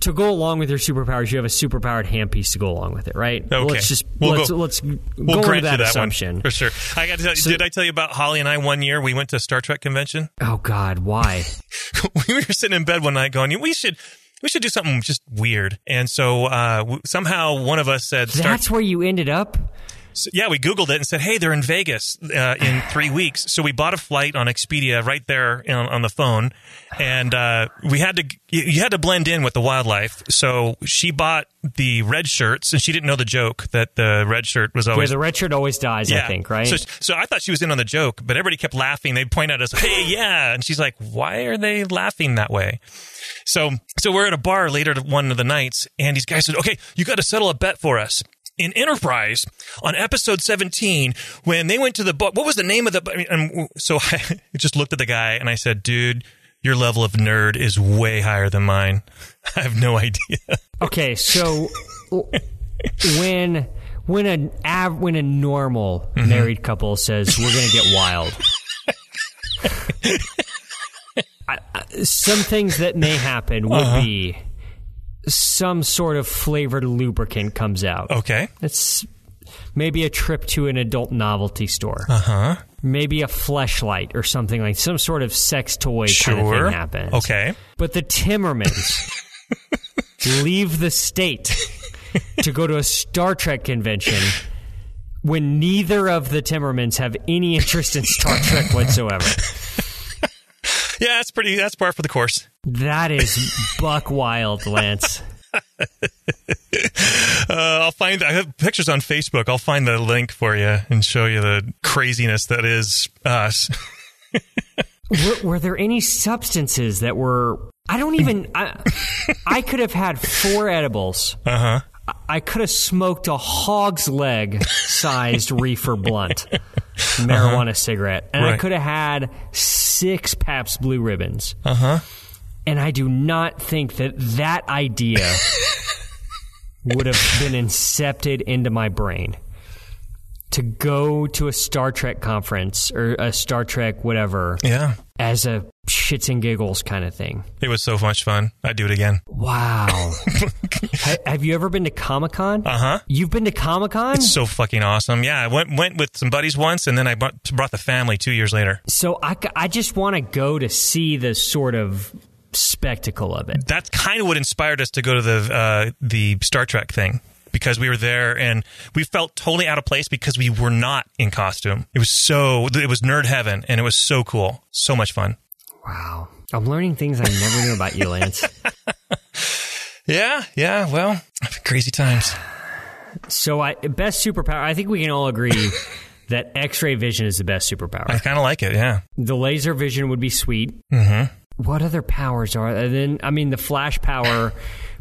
A: To go along with your superpowers, you have a superpowered handpiece to go along with it, right?
B: Okay.
A: Let's just
B: We'll
A: let's
B: go-
A: let's go
B: We'll
A: into
B: grant
A: that,
B: you that
A: assumption.
B: one for sure. I got to tell you, did I tell you about Holly and I? One year we went to a Star Trek convention.
A: Oh God, why?
B: we were sitting in bed one night going, "We should, we should do something just weird." And so uh, w- somehow one of us said, Star-
A: That's where you ended up.
B: So, yeah, we Googled it and said, hey, they're in Vegas uh, in three weeks. So we bought a flight on Expedia right there on, on the phone. And uh, we had to, you- you had to blend in with the wildlife. So she bought the red shirts and she didn't know the joke that the red shirt was
A: Where
B: always.
A: the red shirt always dies, I think, right?
B: So, so I thought she was in on the joke, but everybody kept laughing. They'd point at us, hey, yeah. And she's like, why are they laughing that way? So, so we're at a bar later to- one of the nights, and these guys said, okay, you got to settle a bet for us. In Enterprise, on episode 17, when they went to the book, what was the name of the? I mean, um, so I just looked at the guy and I said, dude, your level of nerd is way higher than mine. I have no idea.
A: Okay, so w- when when an av- when a normal married couple says we're going to get wild, I- I- some things that may happen would be some sort of flavored lubricant comes out.
B: Okay.
A: It's maybe a trip to an adult novelty store. Uh huh.
B: Uh-huh.
A: Maybe a fleshlight or something like some sort of sex toy kind of
B: Sure.
A: thing happens.
B: Okay.
A: But the Timmermans leave the state to go to a Star Trek convention when neither of the Timmermans have any interest in Star Trek whatsoever.
B: Yeah, that's pretty, that's par for the course.
A: That is buck wild, Lance.
B: Uh, I'll find. I have pictures on Facebook. I'll find the link for you and show you the craziness that is us.
A: were, were there any substances that were i don't even i, I could have had four edibles
B: Uh huh.
A: I could have smoked a hog's leg sized reefer blunt marijuana cigarette, and I
B: Right.
A: could have had six Pabst Blue Ribbons.
B: Uh huh.
A: And I do not think that that idea would have been incepted into my brain. To go to a Star Trek conference or a Star Trek whatever
B: Yeah.
A: as a shits and giggles kind of thing.
B: It was so much fun. I'd do it again.
A: Wow. Ha- have you ever been to Comic Con?
B: Uh huh.
A: You've been to Comic Con?
B: So fucking awesome. Yeah. I went went with some buddies once, and then I brought, brought the family two years later.
A: So I, c- I just want to go to see the sort of spectacle of it.
B: That's kind of what inspired us to go to the uh, the Star Trek thing because we were there and we felt totally out of place because we were not in costume. It was so it was nerd heaven, and it was so cool. So much fun.
A: Wow. I'm learning things I never knew about you, Lance.
B: Yeah. Yeah. Well, crazy times.
A: So I best superpower. I think we can all agree that X-ray vision is the best
B: I
A: superpower.
B: kind of like it. Yeah.
A: The laser vision would be sweet. Mm-hmm. What other powers are? And then I mean the flash power,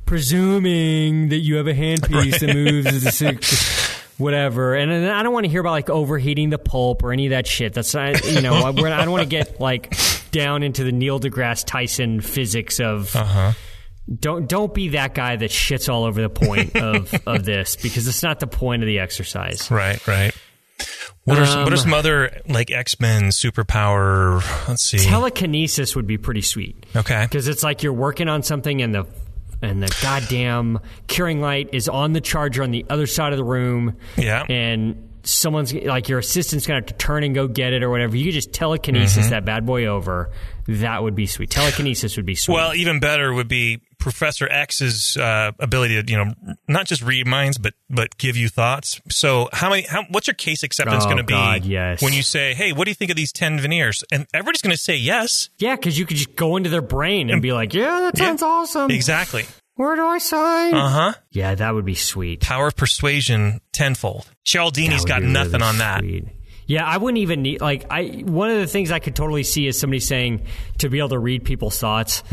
A: presuming that you have a handpiece that moves at the six. Whatever, and then I don't want to hear about like overheating the pulp or any of that shit. That's not, you know, I, we're, I don't want to get like down into the Neil deGrasse Tyson physics of don't don't be that guy that shits all over the point of, of this because it's not the point of the exercise.
B: Right, right. What are
A: Um,
B: what are some other like X Men superpower? Let's see.
A: Telekinesis would be pretty sweet
B: okay,
A: because it's like you're working on something and the and the goddamn curing light is on the charger on the other side of the room.
B: Yeah.
A: and someone's like your assistant's gonna have to turn and go get it or whatever. You could just telekinesis
B: Mm-hmm.
A: that bad boy over. That would be sweet. Telekinesis would be sweet.
B: well, even better would be Professor X's uh, ability to you know not just read minds but but give you thoughts. So how many? How, what's your case acceptance
A: Oh,
B: going to be
A: God, yes.
B: when you say, "Hey, what do you think of these ten veneers?" And everybody's going to say yes.
A: yeah, because you could just go into their brain and be like, "Yeah, that sounds awesome.
B: Exactly.
A: Where do I sign?"
B: Uh huh.
A: Yeah, that would be sweet.
B: Power of persuasion tenfold. Cialdini's
A: That
B: got
A: would be
B: nothing
A: really
B: on that.
A: sweet. Yeah, I wouldn't even need like I. One of the things I could totally see is somebody saying to be able to read people's thoughts,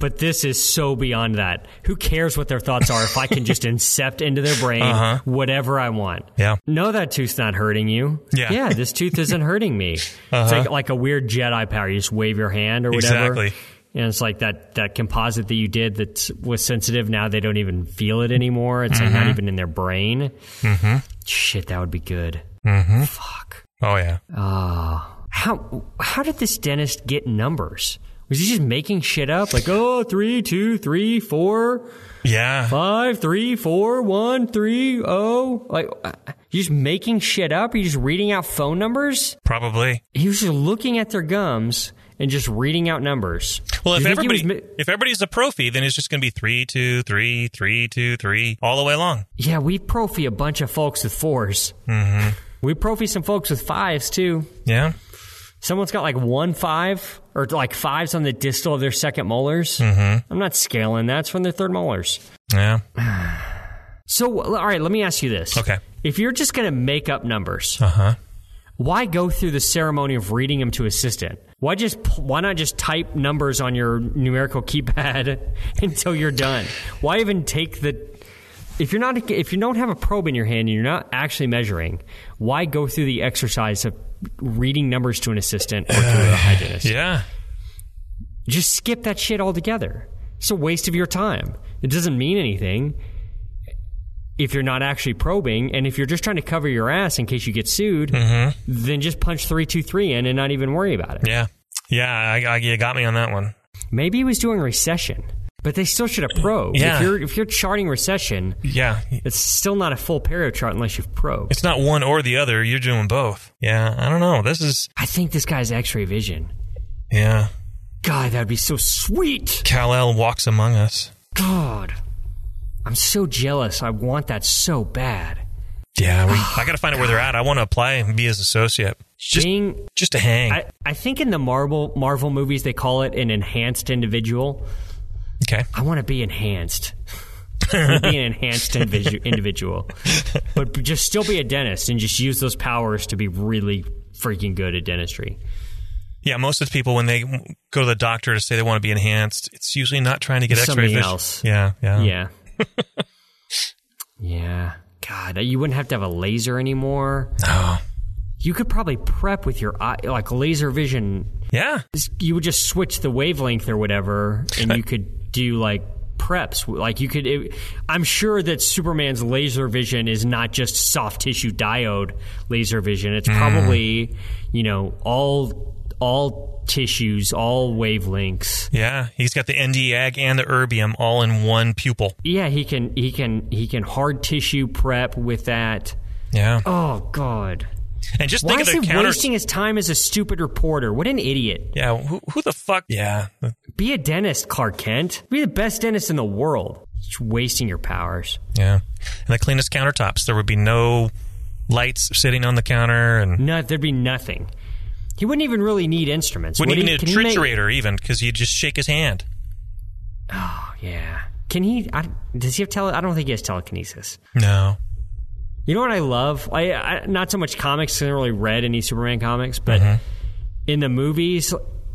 A: but this is so beyond that. Who cares what their thoughts are if I can just incept into their brain whatever I want?
B: Yeah.
A: No, that tooth's not hurting you.
B: Yeah.
A: yeah, this tooth isn't hurting me. It's like like a weird Jedi power. You just wave your hand or whatever.
B: Exactly.
A: And it's like that, that composite that you did that was sensitive. Now they don't even feel it anymore. It's like not even in their brain. Mm-hmm. Shit, that would be good. Mm-hmm. Fuck.
B: Oh yeah.
A: How how did this dentist get numbers? Was he just making shit up? Like oh three two three four
B: Yeah.
A: five three four one three oh like uh, you just making shit up? Are you just reading out phone numbers?
B: Probably.
A: He was just looking at their gums and just reading out numbers.
B: Well,
A: Do
B: if
A: you think he was
B: everybody
A: ma-
B: if everybody's a profi, then it's just going to be three, two, three, three, two, three, all the way along.
A: Yeah, we profi a bunch of folks with 4s Mm-hmm. We profi some folks with fives too.
B: Yeah,
A: Someone's got like one five or like fives on the distal of their second molars. Mm-hmm. I'm not scaling. That's from their third molars.
B: yeah,
A: So, all right, let me ask you this.
B: Okay.
A: If you're just going to make up numbers,
B: uh huh.
A: why go through the ceremony of reading them to assistant? Why just why not just type numbers on your numerical keypad until you're done? Why even take the if you're not if you don't have a probe in your hand and you're not actually measuring, why go through the exercise of reading numbers to an assistant or to a hygienist?
B: Yeah,
A: Just skip that shit altogether. It's a waste of your time. It doesn't mean anything if you're not actually probing, and if you're just trying to cover your ass in case you get sued,
B: Mm-hmm.
A: then just punch three two three in and not even worry about it.
B: yeah, yeah. I, I, you got me on that one.
A: Maybe he was doing recession, but they still should have probed.
B: Yeah.
A: If you're if you're charting recession,
B: Yeah,
A: it's still not a full perio chart unless you've probed.
B: it's not one or the other. You're doing both. Yeah, I don't know. This is
A: I think this guy's X-ray vision.
B: yeah.
A: God, that'd be so sweet.
B: Kal El walks among us.
A: God, I'm so jealous. I want that so bad.
B: Yeah, we, I got to find out where they're at. I want to apply and be his associate. Just,
A: Being
B: just to hang.
A: I, I think in the Marvel Marvel movies they call it an enhanced individual.
B: okay.
A: I want to be enhanced. I wanna be an enhanced individu- individual, but b- just still be a dentist and just use those powers to be really freaking good at dentistry.
B: Yeah, most of the people when they go to the doctor to say they want to be enhanced, it's usually not trying to get X-ray
A: Something
B: vision.
A: else.
B: Yeah, yeah,
A: Yeah. Yeah. God, you wouldn't have to have a laser anymore.
B: Oh.
A: You could probably prep with your eye, like laser vision.
B: Yeah.
A: You would just switch the wavelength or whatever, and you could do like preps. Like you could, it, I'm sure that Superman's laser vision is not just soft tissue diode laser vision.
B: Mm.
A: It's probably, you know, all all tissues, all wavelengths.
B: Yeah. He's got the NDAG and the erbium all in one pupil.
A: Yeah, he can he can he can hard tissue prep with that.
B: Yeah.
A: Oh God.
B: And just
A: Why
B: think
A: is
B: of
A: he
B: the counter.
A: wasting his time as a stupid reporter? What an idiot!
B: yeah. Who, who the fuck? Yeah.
A: Be a dentist, Clark Kent. Be the best dentist in the world. Just wasting your powers.
B: Yeah. And the cleanest countertops. There would be no lights sitting on the counter and
A: No, there'd be nothing. He wouldn't even really need instruments.
B: wouldn't
A: would
B: even
A: he?
B: need a
A: Can he make-
B: triturator even because you'd just shake his hand.
A: Oh, yeah. Can he? I, does he have tele? I don't think he has telekinesis.
B: No.
A: You know what I love? I, I not so much comics. 'cause I haven't really read any Superman comics, but
B: Mm-hmm.
A: in the movies,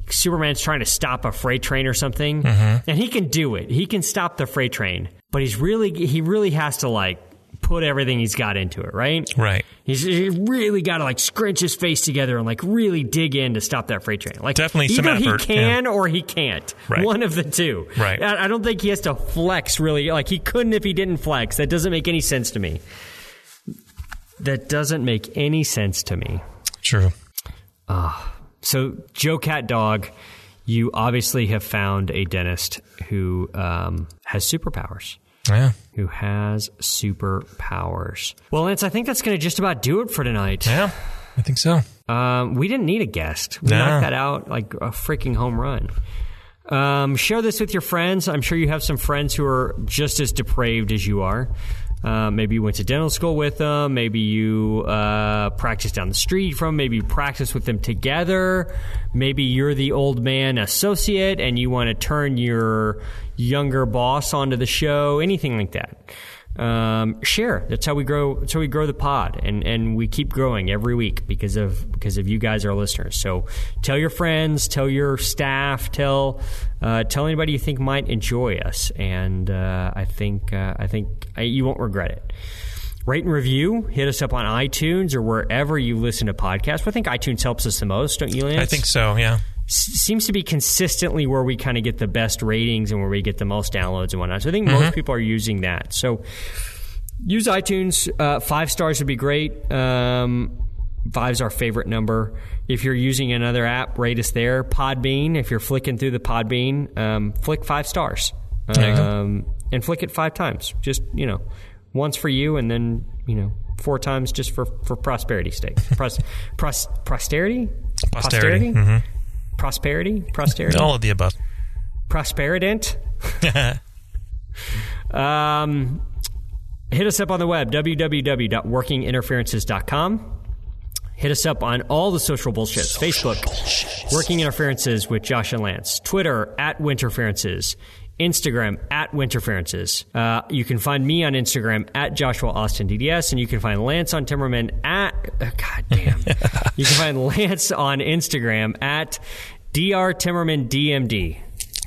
A: Superman's trying to stop a freight train or something,
B: Mm-hmm.
A: and he can do it. He can stop the freight train, but he's really he really has to like put everything he's got into it, right?
B: Right.
A: He's he really got to like scrunch his face together and like really dig in to stop that freight train. Like
B: Definitely some
A: either
B: effort,
A: he can or he can't.
B: Right.
A: One of the two.
B: Right.
A: I, I don't think he has to flex really. Like he couldn't if he didn't flex. That doesn't make any sense to me. That doesn't make any sense to me.
B: True.
A: So Joe Cat Dog, you obviously have found a dentist who um, has superpowers
B: Yeah.
A: who has superpowers. Well, Lance, I think that's going to just about do it for tonight.
B: Yeah. I think so.
A: Um, we didn't need a guest. We
B: No.
A: knocked that out like a freaking home run. Um, share this with your friends. I'm sure you have some friends who are just as depraved as you are. Uh, maybe you went to dental school with them. Maybe you uh, practiced down the street from. 'em, Maybe you practiced with them together. Maybe you're the old man associate and you want to turn your younger boss onto the show. Anything like that. Um, share. That's how we grow. That's how we grow the pod, and and we keep growing every week because of because of you guys, our listeners. So tell your friends, tell your staff, tell uh, tell anybody you think might enjoy us, and uh, I think uh, I think I, you won't regret it. Rate and review. Hit us up on iTunes or wherever you listen to podcasts. I think iTunes helps us the most, don't you, Lance?
B: I think so. Yeah.
A: s- seems to be consistently where we kind of get the best ratings and where we get the most downloads and whatnot. So I think
B: Mm-hmm.
A: most people are using that. So use iTunes. Uh, five stars would be great. Um, five's our favorite number. If you're using another app, rate us there. Podbean. If you're flicking through the Podbean, um, flick five stars
B: you go.
A: um, and flick it five times. Just you know, once for you, and then you know. Four times just for, for prosperity's sake. Pros, pros, posterity?
B: Posterity. Mm-hmm.
A: Posterity? prosperity, prosperity,
B: All of the above.
A: prosperident. um, hit us up on the web, www.workinginterferences.com. Hit us up on all the social bullshits Facebook, Working Interferences with Josh and Lance, Twitter, at Winterferences, Instagram, at Winterferences. Uh, you can find me on Instagram, at Joshua Austin DDS, and you can find Lance on Timmerman, at, uh, God damn. you can find Lance on Instagram, at DR Timmerman DMD.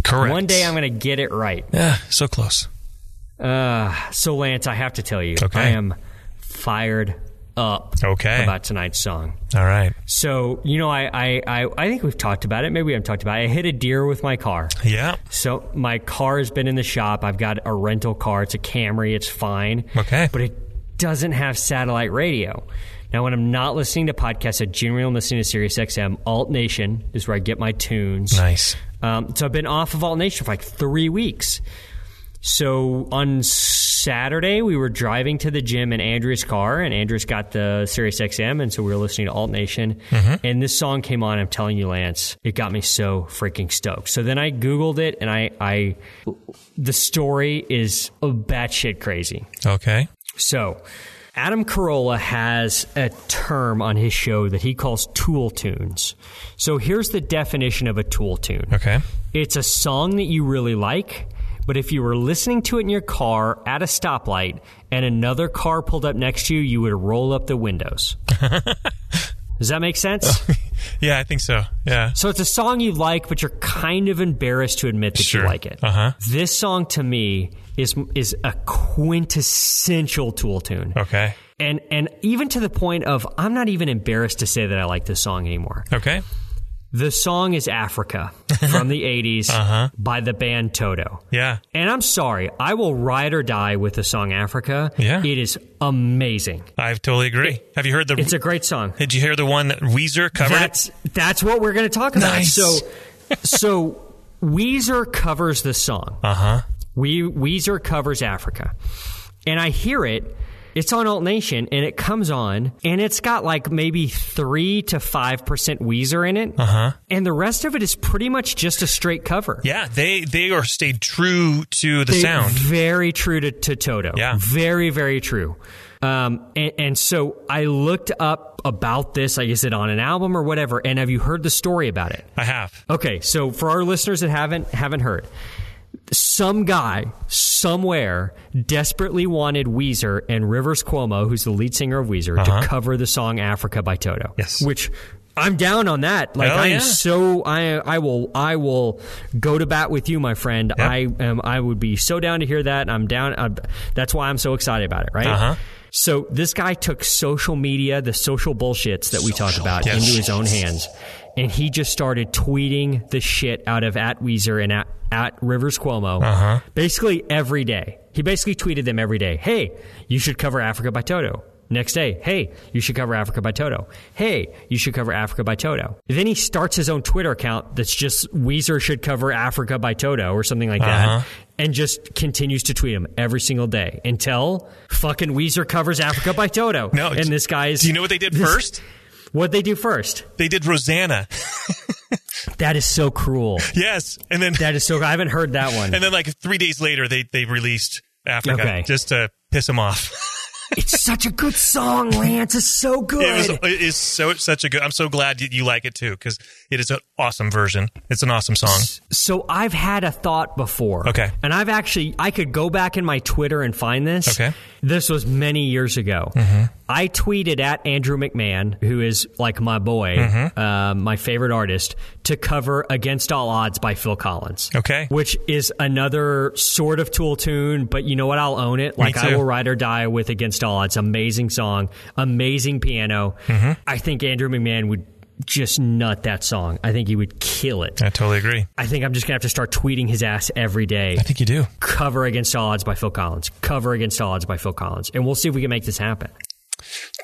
B: Correct.
A: One day I'm going to get it right.
B: Yeah. So close.
A: Uh, so, Lance, I have to tell you,
B: Okay.
A: I am fired up
B: Okay.
A: about tonight's song.
B: All right.
A: So, you know, I, I, I, I think we've talked about it. Maybe we haven't talked about it. I hit a deer with my car.
B: Yeah.
A: So, my car has been in the shop. I've got a rental car. It's a Camry. It's fine.
B: Okay.
A: But it doesn't have satellite radio. Now, when I'm not listening to podcasts, I generally am listening to Sirius XM. Alt Nation is where I get my tunes.
B: Nice.
A: Um, so I've been off of Alt Nation for like three weeks. So on Saturday, we were driving to the gym in Andrea's car, and Andrea's got the Sirius XM, and so we were listening to Alt Nation. And this song came on. I'm telling you, Lance, it got me so freaking stoked. So then I Googled it, and I, I the story is batshit crazy.
B: Okay.
A: So, Adam Carolla has a term on his show that he calls tool tunes. So, here's the definition of a tool tune
B: Okay.
A: it's a song that you really like, but if you were listening to it in your car at a stoplight and another car pulled up next to you, you would roll up the windows. Does that make sense?
B: Yeah, I think so. Yeah.
A: So it's a song you like, but you're kind of embarrassed to admit that
B: Sure.
A: you like it.
B: Uh-huh.
A: This song to me is is a quintessential Tool tune.
B: Okay.
A: And and even to the point of I'm not even embarrassed to say that I like this song anymore.
B: Okay.
A: The song is Africa from the 80s
B: Uh-huh.
A: by the band Toto.
B: Yeah.
A: And I'm sorry, I will ride or die with the song Africa.
B: Yeah.
A: It is amazing.
B: I totally agree. Have you heard the?
A: It's a great song.
B: did you hear the one that Weezer covered? it?
A: That's that's what we're going to talk about.
B: Nice.
A: So so Weezer covers the song. Uh-huh. We Weezer covers Africa. And I hear it it's on Alt Nation and it comes on and it's got like maybe 3 to 5% Weezer in it. Uh-huh. And the rest of it is pretty much just a straight cover.
B: Yeah, they they are stayed true to the
A: They-
B: sound.
A: Very true to, to Toto.
B: Yeah.
A: Very, very true. Um, and, and so I looked up about this. Like, is it on an album or whatever? And have you heard the story about it?
B: I have.
A: Okay, so for our listeners that haven't haven't heard, some guy somewhere desperately wanted Weezer and Rivers Cuomo, who's the lead singer of Weezer, to cover the song "Africa" by Toto.
B: Uh-huh. Yes.
A: which I'm down on that. Like
B: Hell
A: I am
B: yeah.
A: so I I will I will go to bat with you, my friend.
B: Yep.
A: I am I would be so down to hear that. I'm down. i that's why I'm so excited about it. Right.
B: Uh-huh.
A: So this guy took social media, the social bullshits that we talk about,
B: yes.
A: into his own hands, and he just started tweeting the shit out of at Weezer and at, at Rivers Cuomo,
B: Uh-huh.
A: basically every day. He basically tweeted them every day. Hey, you should cover Africa by Toto. Next day, hey, you should cover Africa by Toto. Hey, you should cover Africa by Toto. Then he starts his own Twitter account that's just Weezer should cover Africa by Toto or something like
B: Uh-huh.
A: that, and just continues to tweet him every single day until fucking Weezer covers Africa by Toto.
B: No,
A: and this guy is.
B: Do you know what they did first?
A: What they do first?
B: They did Rosanna.
A: That is so cruel.
B: yes, and then
A: That is so. I haven't heard that one.
B: and then like three days later they they released Africa
A: Okay.
B: just to piss him off.
A: It's such a good song, Lance. It's so good.
B: It was it is so such a good. I'm so glad you, you like it too because it is an awesome version. It's an awesome song.
A: so I've had a thought before.
B: Okay.
A: And I've actually I could go back in my Twitter and find this.
B: Okay. Mm-hmm.
A: This was many years ago. I tweeted at Andrew McMahon, who is like my boy,
B: Mm-hmm.
A: uh, my favorite artist, to cover "Against All Odds" by Phil Collins.
B: Okay.
A: Which is another sort of Tool tune, but you know what? I'll own it. Like I
B: too.
A: will ride or die with "Against All Odds." Amazing song, amazing piano.
B: Mm-hmm.
A: I think Andrew McMahon would just nut that song. I think he would kill it.
B: I totally agree.
A: I think I'm just gonna have to start tweeting his ass every day.
B: I think you do.
A: Cover against all odds by Phil Collins. Cover against all odds by Phil Collins, and we'll see if we can make this happen.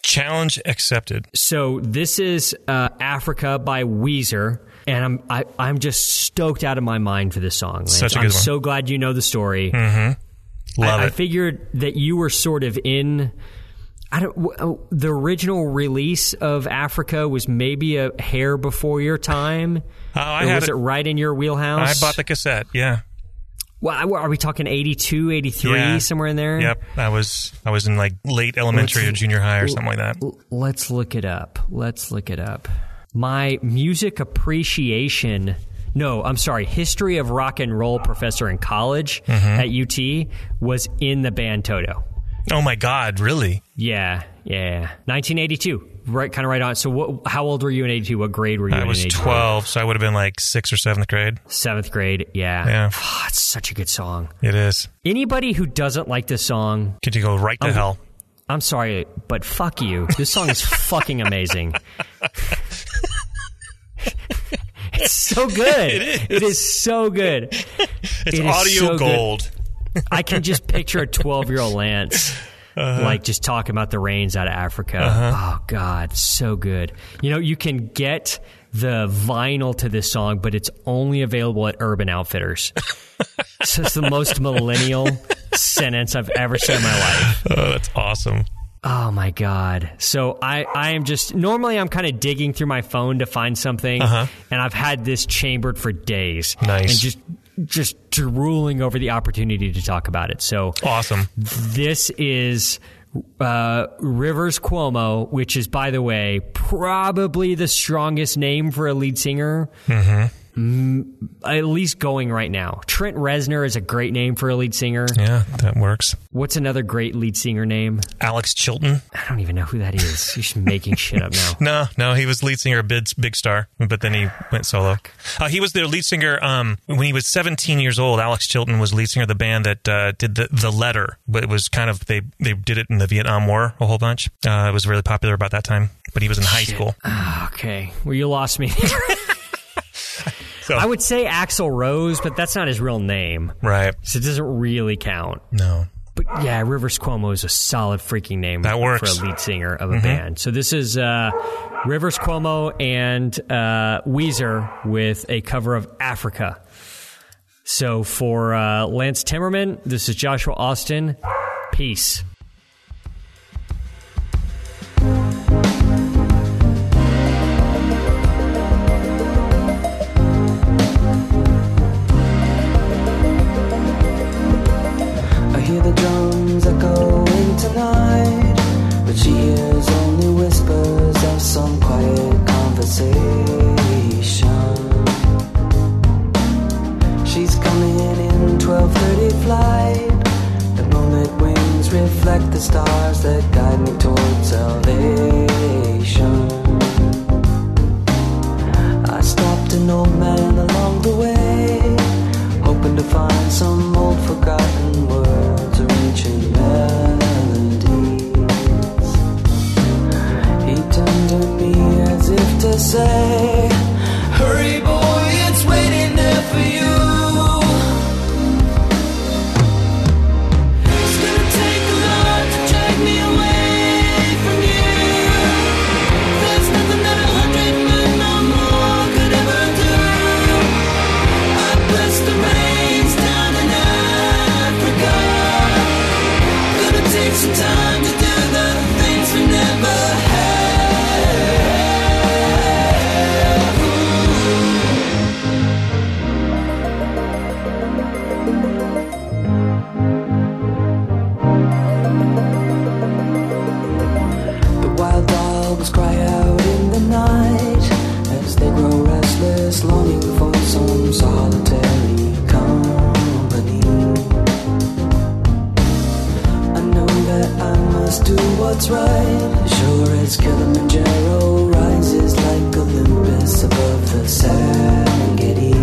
B: Challenge accepted.
A: So this is uh, Africa by Weezer, and I'm I, I'm just stoked out of my mind for this song. Lance.
B: Such a
A: I'm
B: good one. Mm-hmm.
A: so glad you know the story.
B: Love
A: I, I
B: it.
A: figured that you were sort of in. I don't. w- oh, The original release of Africa was maybe a hair before your time.
B: oh, I
A: Or
B: had
A: was
B: it.
A: it right in your
B: I
A: wheelhouse?
B: bought the cassette. Yeah.
A: Well, I- are we talking 82, 83,
B: Yeah.
A: somewhere in there?
B: Yep. I was I was in like late elementary or junior high or something like that.
A: L- let's look it up. Let's look it up. My music appreciation. No, I'm sorry. History of rock and roll professor in college
B: Mm-hmm.
A: at UT was in the band Toto.
B: Oh my God! Really?
A: Yeah, yeah. 1982. Right, kind of right on. So, what, how old were you in 82? What grade were you
B: I
A: in?
B: was
A: in 82?
B: 12, so I would have been like sixth or seventh grade.
A: Seventh grade. Yeah.
B: Yeah.
A: it's such a good song.
B: It is.
A: Anybody who doesn't like this song,
B: Could you go right to
A: Oh,
B: hell?
A: I'm sorry, but fuck you. This song is fucking amazing. it's so good. It is. so good.
B: It's
A: it is
B: audio
A: so good.
B: gold.
A: I can just picture a 12 year old Lance. Like just talking about the rains out of Africa. Oh God, so good. You know, you can get the vinyl to this song, but it's only available at Urban Outfitters. so it's the most millennial sentence I've ever said in my life.
B: Oh, that's awesome.
A: Oh my god! So I, I am just normally I'm kind of digging through my phone to find something, and I've had this chambered for days.
B: Nice.
A: and just just drooling over the opportunity to talk about it. So
B: Awesome.
A: this is uh, Rivers Cuomo, which is by the way probably the strongest name for a lead singer. at least going right now. Trent Reznor is a great name for a lead singer.
B: Yeah, that works.
A: What's another great lead singer name?
B: Alex Chilton.
A: I don't even know who that is. You're just making shit up now.
B: No, no, he was lead singer of Big, Big Star, but then he went solo. Uh, he was their lead singer um, when he was 17 years old. Alex Chilton was lead singer of the band that uh, did the the letter, but it was kind of they they did it in the Vietnam War a whole bunch. Uh, it was really popular about that time, but he was in high school.
A: Okay, well you lost me.
B: So,
A: I would say Axel Rose, but that's not his real name,
B: right?
A: so it doesn't really count.
B: No,
A: But yeah, Rivers Cuomo is a solid freaking name
B: That works. Mm-hmm.
A: for a lead singer of a band. So this is uh, Rivers Cuomo and uh, Weezer with a cover of Africa. So for uh, Lance Timmerman, this is Joshua Austin. Peace.
C: I hear the drums echoing tonight, but she hears only whispers of some quiet conversation. She's coming in 12:30 flight. The moonlit wings reflect the stars that guide me towards salvation. I stopped an old man along the way hoping to find some old forgotten words or ancient melodies. He turned to me as if to say, Hurry, boy, it's waiting there for you. It's gonna take a lot to drag me away from you. There's nothing that a hundred men or more could ever do. I bless the rains down in Africa. Gonna take some time to do the things we never had. The wild dogs cry out in the night as they grow restless, longing for some solitary company. I know that I must do what's right. Sure as Kilimanjaro rises like Olympus above the Serengeti.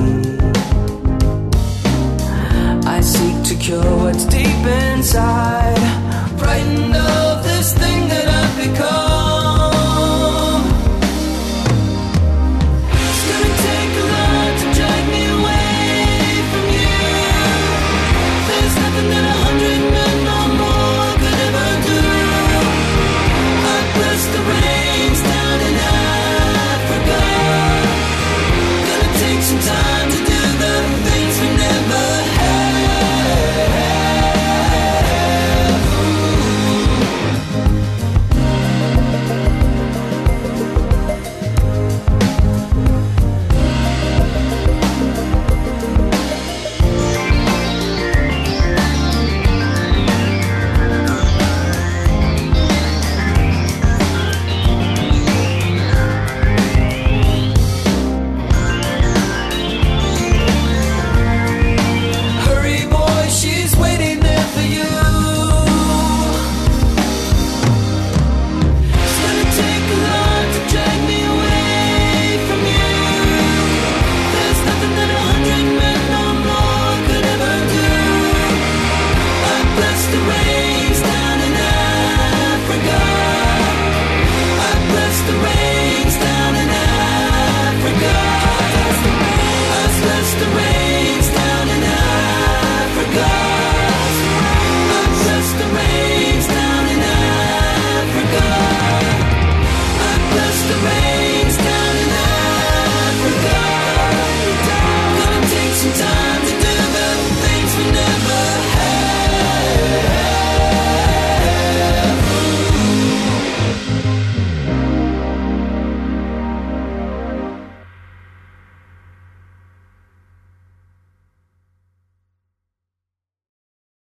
C: I seek to cure what's deep inside, frightened of this thing that I've become.